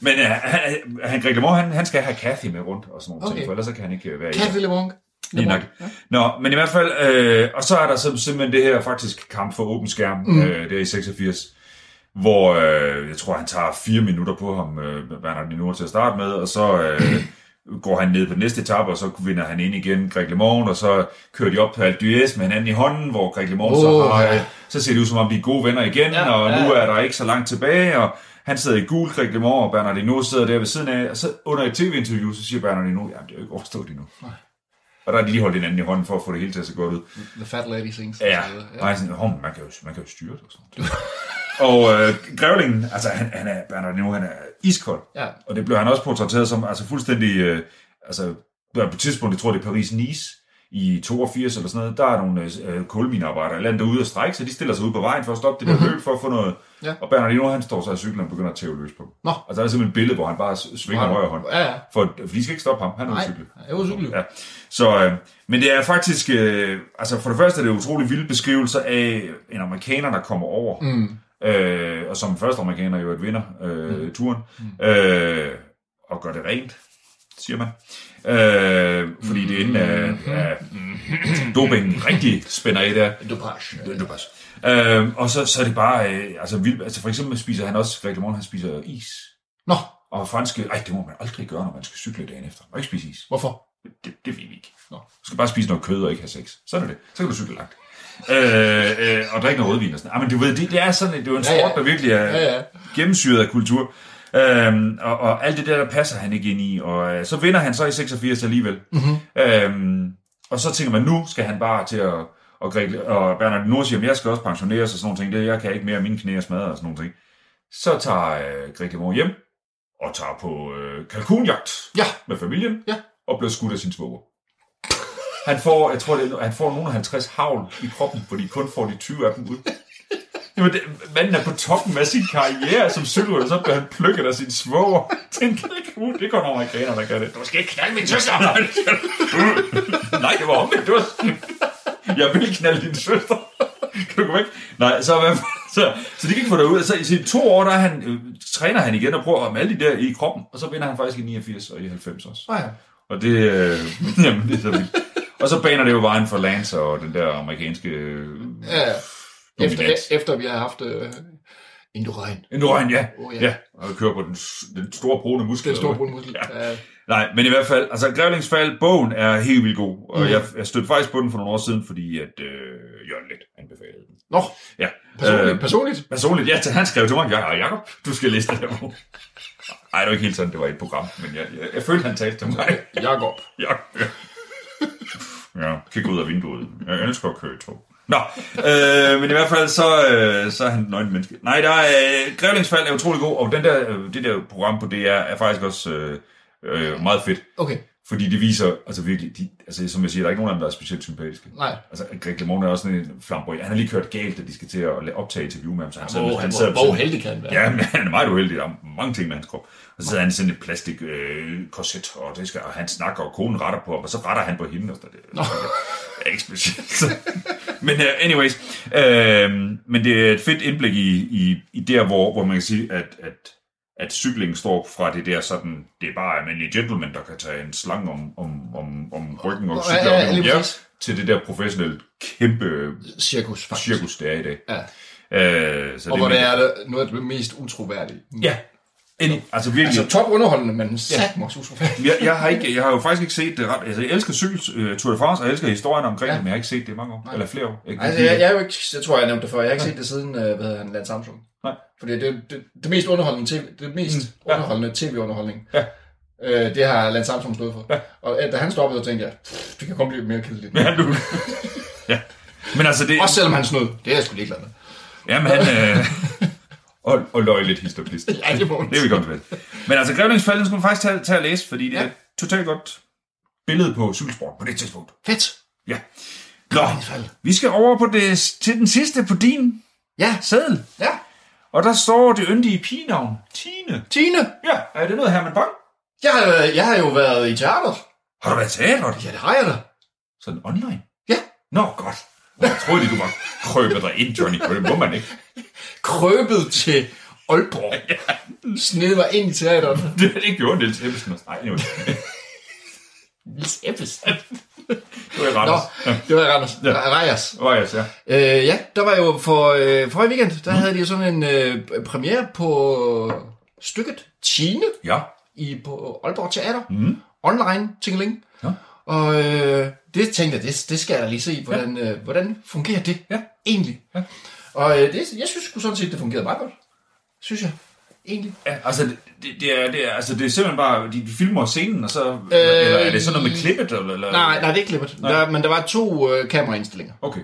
C: men øh, han, han, Greg LeMond, han, han skal have Kathy med rundt og sådan nogle okay.
B: Okay.
C: ting, for ellers så kan han ikke øh, være i
B: Kat Villemonk.
C: Lige nok. Nå, men i hvert fald, øh, og så er der så simpelthen det her faktisk kamp for åben skærm, mm. øh, der i 86, hvor øh, jeg tror, han tager fire minutter på ham, øh, Bernard Lenoir til at starte med, og så øh, går han ned på den næste etape, og så vinder han ind igen Greg LeMond, og så kører de op på Alpe d'Huez med hinanden i hånden, hvor Greg LeMond oh, så
B: Åh,
C: har,
B: ja.
C: øh, så ser det ud som om, de er gode venner igen,
B: Ja,
C: ja, og
B: ja,
C: nu
B: ja.
C: er der ikke så langt tilbage, og han sidder i gul, Greg LeMond og Bernard Lenoir sidder der ved siden af, og så under et tv-interview, så siger Bernard Lenoir, jamen det er jo ikke overstået endnu. Og der har de lige holdt hinanden i hånden for at få det hele til at se godt ud.
B: The Fat Lady Sings.
C: Ja, og han er sådan, "Hov, man kan jo, man kan jo styre det og sådan noget." (laughs) Og øh, Grævlingen, altså han, han er, Bernard nu, han er iskold.
B: Ja.
C: Og det blev han også portrætteret som, altså fuldstændig, øh, altså der er på et tidspunkt, jeg tror det er Paris-Nice i 82 eller sådan noget, der er nogle øh, kulminearbejdere eller andet derude og strække, så de stiller sig ud på vejen for at stoppe det der løb, for at få noget.
B: Mhm. Ja.
C: Og Bernard nu, han står så af cyklen og begynder at tæve løs på dem.
B: Nå.
C: Og der er simpelthen et billede, hvor han bare svinger højre hånd.
B: Ja, ja.
C: For, for de skal ikke stoppe ham, han er
B: Nej,
C: ude at cykle.
B: han er ude at cykle.
C: Ja. Så, øh, men det er faktisk, øh, altså for det første er det utrolig vilde beskrivelser af en amerikaner, der kommer over,
B: Mm.
C: øh, og som første amerikaner jo et vinder øh, mm. turen, mm. Øh, og gør det rent, siger man. Øh, fordi det er inden af, af dopingen rigtig spænder af der.
B: Du pash.
C: Mm-hmm. Det er pas. Øh, og så, så er det bare, øh, altså, vildt, altså for eksempel spiser han også, Greg LeMond, han spiser is.
B: Nå,
C: Og franske, ej, det må man aldrig gøre, når man skal cykle dagen efter. Man må ikke spise is.
B: hvorfor?
C: Det, det ved vi ikke.
B: Nå.
C: Du skal bare spise noget kød og ikke have sex. Så er det det. Så kan du cykle langt. Øh, øh, og drikke noget rødvin og sådan. Ah, men du ved, det, det er sådan, det er jo en
B: Ja, ja.
C: sport, ja, ja. der virkelig er
B: Ja, ja.
C: gennemsyret af kultur. Øhm, og, og alt det der, der passer han ikke ind i. Og øh, så vinder han så i 86 alligevel.
B: Mhm.
C: Mm-hmm. Øhm, og så tænker man, nu skal han bare til at... Og, Greg, og Bernard Nord siger, "Men jeg skal også pensioneres og sådan nogle ting. Det, jeg kan ikke mere, mine knæ er smadret og sådan nogle ting. Så tager øh, Greg LeMond hjem og tager på øh, kalkunjagt
B: Ja.
C: med familien
B: Ja.
C: og bliver skudt af sin svoger. Han får, jeg tror, det er, han får nogle af 50 havl i kroppen, fordi kun får de 20 af dem ud. Jamen, det, manden er på toppen af sin karriere som cykelrytter, og så bliver han plukket af sin svoger til en kalkun. Det går nogle amerikanere, der gør det.
B: Du skal ikke knalde min søster!
C: Nej, det var omvendt. Det var... Jeg ville knalde din søster. Kan du komme væk? Nej, så, hvad, så, så de kan ikke få dig ud. Så i sine to år, der er han, øh, træner han igen og prøver at malde de der i kroppen. Og så vinder han faktisk i 89 og i 90 også.
B: Nå ja.
C: Og det, øh, (laughs) jamen, det er så vildt. Og så baner det jo vejen for Lance og den der amerikanske... Øh,
B: Ja, ja. Efter,
C: Dominans.
B: efter vi har haft øh, Indorøjen.
C: Endurain, ja.
B: Åh, ja.
C: ja. ja. Og kører på den, s- den store brune muskel.
B: Den store brunmuskel. Ja.
C: Nej, men i hvert fald, altså Grævlings fald, bogen er helt vildt god, og mm. jeg, jeg stødte faktisk på den for nogle år siden, fordi at øh, Jørgen Let anbefalede den.
B: Nå,
C: Ja.
B: personligt.
C: Øh,
B: personligt.
C: personligt, ja, til han skrev til mig, ja, Jacob, du skal læse den her bog. Nej, det var ikke helt sådan, det var i et program, men jeg, jeg, jeg følte, han talte til mig.
B: Jakob.
C: Ja, ja. ja kig ud af vinduet. Jeg elsker at køre i tog. Nå, øh, men i hvert fald, så, øh, så er han et nøgen menneske. Nej, der er, øh, Grævlingsfald er utrolig god, og den der, øh, det der program på DR er faktisk også øh, øh, meget fedt.
B: Okay,
C: Fordi det viser, altså virkelig, de, altså som jeg siger, der er ikke nogen af dem, der er specielt sympatiske.
B: nej.
C: Altså, Greg LeMond er også sådan en flamboyant. Han har lige kørt galt, da de skal til at la- optage interview med ham, så han sidder, han Altså, sidder på
B: hvor
C: sådan-
B: heldig kan han være.
C: Ja, men han er meget uheldig. Der er mange ting med hans krop. Og så sidder han i sådan et plastik øh, korset, og, det skal, og han snakker, og konen retter på ham, og så retter han på hende. Og, så, det, Eksplicit. Så- men uh, anyways, uh, men det er et fedt indblik i, i, i der, hvor, hvor man kan sige, at, at, at cyklingen står fra det der sådan, det er bare almindelige gentleman, der kan tage en slange om, om, om, om ryggen og
B: Ja,
C: cykle
B: ja,
C: op i nogle
B: lige
C: bjerge,
B: præcis.
C: til det der professionelle kæmpe
B: Cirkus, faktisk.
C: cirkus, det er i dag.
B: Ja.
C: Øh, så
B: Og hvor
C: det
B: det er noget af det mest utroværdige.
C: Ja. Enig. Altså virkelig.
B: Altså
C: Altså,
B: top underholdende, men sat mig utroværdigt.
C: jeg, jeg, har ikke, jeg har jo faktisk ikke set det ret... Altså, jeg elsker cykel, øh, Tour de France, og jeg elsker historien omkring
B: Ja.
C: det, men jeg har ikke set det i mange år. Eller flere år. Jeg kan
B: Altså,
C: ikke
B: jeg,
C: lide
B: jeg, er jo ikke, jeg tror, jeg nævnte det før, jeg har ikke set det siden, øh, hvad hedder han, Lance Armstrong.
C: Nej. Mm.
B: Fordi det, er det, det mest underholdende, TV, det mest
C: ja.
B: underholdende tv-underholdning,
C: Ja.
B: øh, det har Lance Armstrong stået for. Ja. Og øh, da han stoppede, så tænkte jeg, "Pff, det kan kun blive mere kedeligt.
C: det. Ja, du. ja. Men altså, det...
B: Også selvom han snød. Det er jeg sgu ligeglad med.
C: Jamen, han... Øh, (laughs) og, og løg lidt histoplist.
B: Ja, det må man
C: Det er vi kommet til. Men altså, Grævlingsfaldet skulle man faktisk tage, tage at læse, fordi det er
B: Ja.
C: et totalt godt billede på cykelsport på det tidspunkt.
B: Fedt.
C: Ja. Nå, vi skal over på det, til den sidste på din
B: Ja,
C: seddel.
B: ja.
C: Og der står det yndige pigenavn. Tine.
B: Tine,
C: Ja, er det noget Herman Bang?
B: jeg, har jo- jeg har jo været i teateret.
C: Har du været i teateret?
B: Ja, det har jeg da.
C: Sådan online?
B: Ja.
C: Nå, godt. Jeg troede lige, du var krøbet dig ind, Johnny. Det må man ikke. (laughs)
B: Krøbet til Aalborg. Ja. Sned mig ind i teateret.
C: Det har ikke gjort, Niels Ebbesen. også. Nej, anyway.
B: Nils Ebbes.
C: det var i
B: Nå,
C: Randers. Ja.
B: det var Randers. Ja. Reyers.
C: Det var jeg, så. ja.
B: Øh, ja, der var jo for øh, forrige weekend, der mm. havde de jo sådan en øh, premiere på stykket Tine
C: Ja.
B: i, på Aalborg Teater. Mm. Online, tingeling.
C: Ja.
B: Og øh, det tænkte jeg, det, det skal jeg da lige se, hvordan, øh, hvordan fungerer det
C: Ja.
B: egentlig.
C: Ja.
B: Og øh, det, jeg synes sgu sådan set, det fungerede meget godt. Synes jeg. Egentlig.
C: ja. Altså, det, det, er, det, er, altså, det er simpelthen bare, de, de filmer scenen, og så... Øh, eller er det sådan noget med klippet? Eller, eller?
B: Nej, nej, det er ikke klippet. Der, men der var to øh, kameraindstillinger.
C: Okay.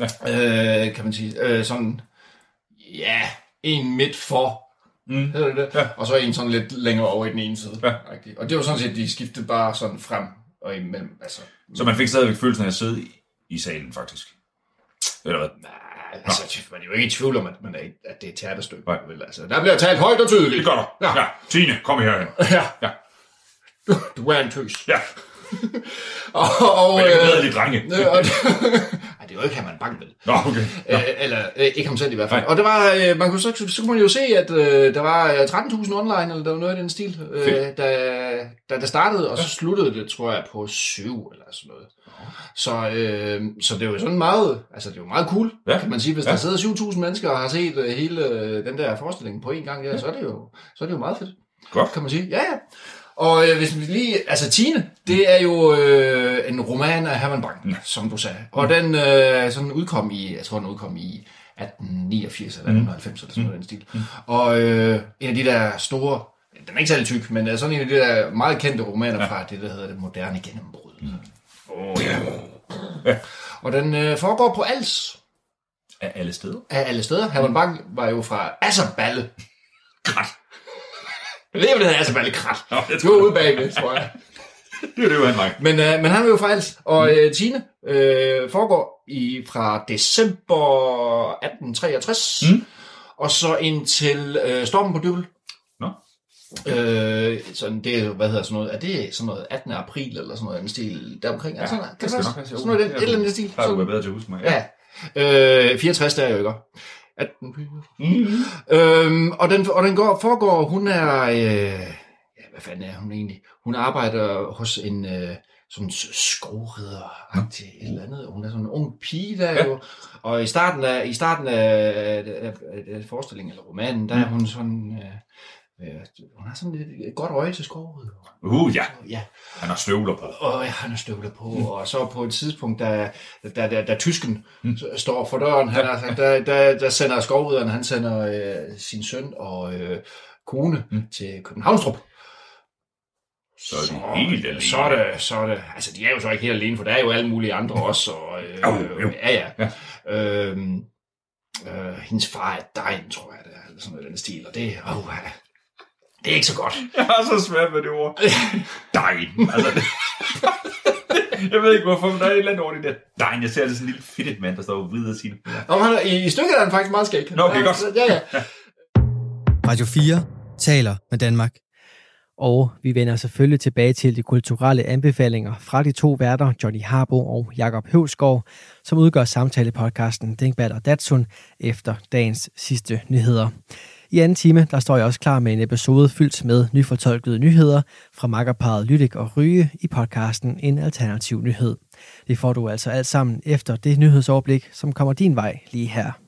B: øh, kan man sige, øh, sådan, ja, en midt for, mm. hedder det det? Ja. og så en sådan lidt længere over i den ene side.
C: Ja.
B: Rigtigt. Og det var sådan set, de skiftede bare sådan frem og imellem, altså,
C: Så man fik stadigvæk følelsen af at sidde i, i salen, faktisk. Eller hvad?
B: nej, altså, man er jo ikke i tvivl om, at, man er, i- at det er et teaterstykke.
C: Nej.
B: Vel, altså, der bliver talt højt og
C: Det
B: tydeligt.
C: gør der. Ja. ja. Tine, kom herhen.
B: Ja.
C: Ja.
B: Du, du er en tøs.
C: Ja.
B: Og, og,
C: Men jeg kan
B: øh,
C: glæde de drenge.
B: øh, (laughs) og, Ej, det var ikke Herman Bang, vel?
C: (laughs) Nå, okay.
B: Ja. Øh, eller øh, ikke ham selv i hvert fald.
C: Nej.
B: Nej. Og der var, øh, man kunne så, så kunne man jo se, at øh, der var øh, 13.000 online, eller der var noget i den stil, øh,
C: Fedt.
B: da, da det startede, og så sluttede det, tror jeg, på 7 eller sådan noget. Så, øh, så det var sådan meget, altså det var meget cool,
C: Ja.
B: ja. kan man sige. Hvis
C: Ja.
B: ja. der sidder 7.000 mennesker og har set øh, hele øh, den der forestilling på en gang, ja, ja. Så, er det jo, så er det jo meget fedt.
C: Godt.
B: Kan man sige, ja ja. Og øh, hvis vi lige, altså Tine, det er jo øh, en roman af Herman Bang, mm. som du sagde. Og den øh, sådan udkom i, jeg tror den udkom i 1889 eller 1890 eller sådan noget i den stil. Mm. Og øh, en af de der store, den er ikke særlig tyk, men er sådan en af de der meget kendte romaner ja. fra det, der hedder det moderne gennembrud. Mm. Oh, ja. Og den øh, foregår på Als
C: Af alle steder.
B: af alle steder. Herman Bang var jo fra Asserballe.
C: Mm. Krat.
B: Jeg ved ikke, om det hedder Asserballe Krat.
C: Nå, jeg
B: Det var ude bagved, tror jeg.
C: Det er det, jo han var.
B: Men, øh, men han er jo fra Als, og
C: Mm.
B: øh, Tine øh, foregår i fra december 1863,
C: Mm.
B: mm. og så indtil øh, Stormen på Dybel.
C: Nå.
B: Øh, sådan det, er jo, hvad hedder sådan noget, er det sådan noget 18. april eller sådan noget andet stil deromkring? Ja, sådan,
C: det skal nok være
B: sådan, sådan noget, den, et eller andet stil.
C: Der er du
B: Sådan,
C: været bedre til at huske mig.
B: ja. Øh, 64 der er jo ikke? 18.
C: Mm.
B: Øhm, og den, og den går, foregår, hun er, øh, ja, hvad fanden er hun egentlig? Hun arbejder hos en øh, sådan skovridder til et eller andet. Hun er sådan en ung pige der ja. jo. Og i starten af, i starten af, af, af, af forestillingen eller romanen, der er hun sådan, øh, øh, hun har sådan et, et godt øje til skovridder.
C: Uh, ja.
B: Ja,
C: Han har støvler på.
B: og jeg har noget støvler på, mm. og så på et tidspunkt, da, da, da, da tysken mm. står for døren, han har sagt, da, da, da sender skovridderen, han sender øh, sin søn og øh, kone mm. til Københavnstrup.
C: Så er de helt alene.
B: Så er det, så er det, altså de er jo så ikke helt alene, for der er jo alle mulige
C: (laughs)
B: andre også, og øh,
C: Jo, jo.
B: ja, ja. ja. Øhm, øh, hendes far er dejen, tror jeg, det er, eller sådan noget i den stil, og det, oh, det er ikke så godt.
C: Jeg har så svært ved det (laughs) ord. Dein. Altså, det... jeg ved ikke hvorfor, men der er et eller andet over det der. Dein, jeg ser det sådan en lille fedtet mand, der står og vrider sine.
B: Og han, er- i, i stykket er han faktisk meget skæg.
C: Nå, okay, godt.
B: Ja, ja.
A: Radio 4 taler med Danmark. Og vi vender selvfølgelig tilbage til de kulturelle anbefalinger fra de to værter, Johnny Harbo og Jakob Høvskov, som udgør samtalepodcasten Dinkbat og Datsun efter dagens sidste nyheder. I anden time, der står jeg også klar med en episode fyldt med nyfortolkede nyheder fra makkerparet Lydik og Ryge i podcasten En Alternativ Nyhed. Det får du altså alt sammen efter det nyhedsoverblik, som kommer din vej lige her.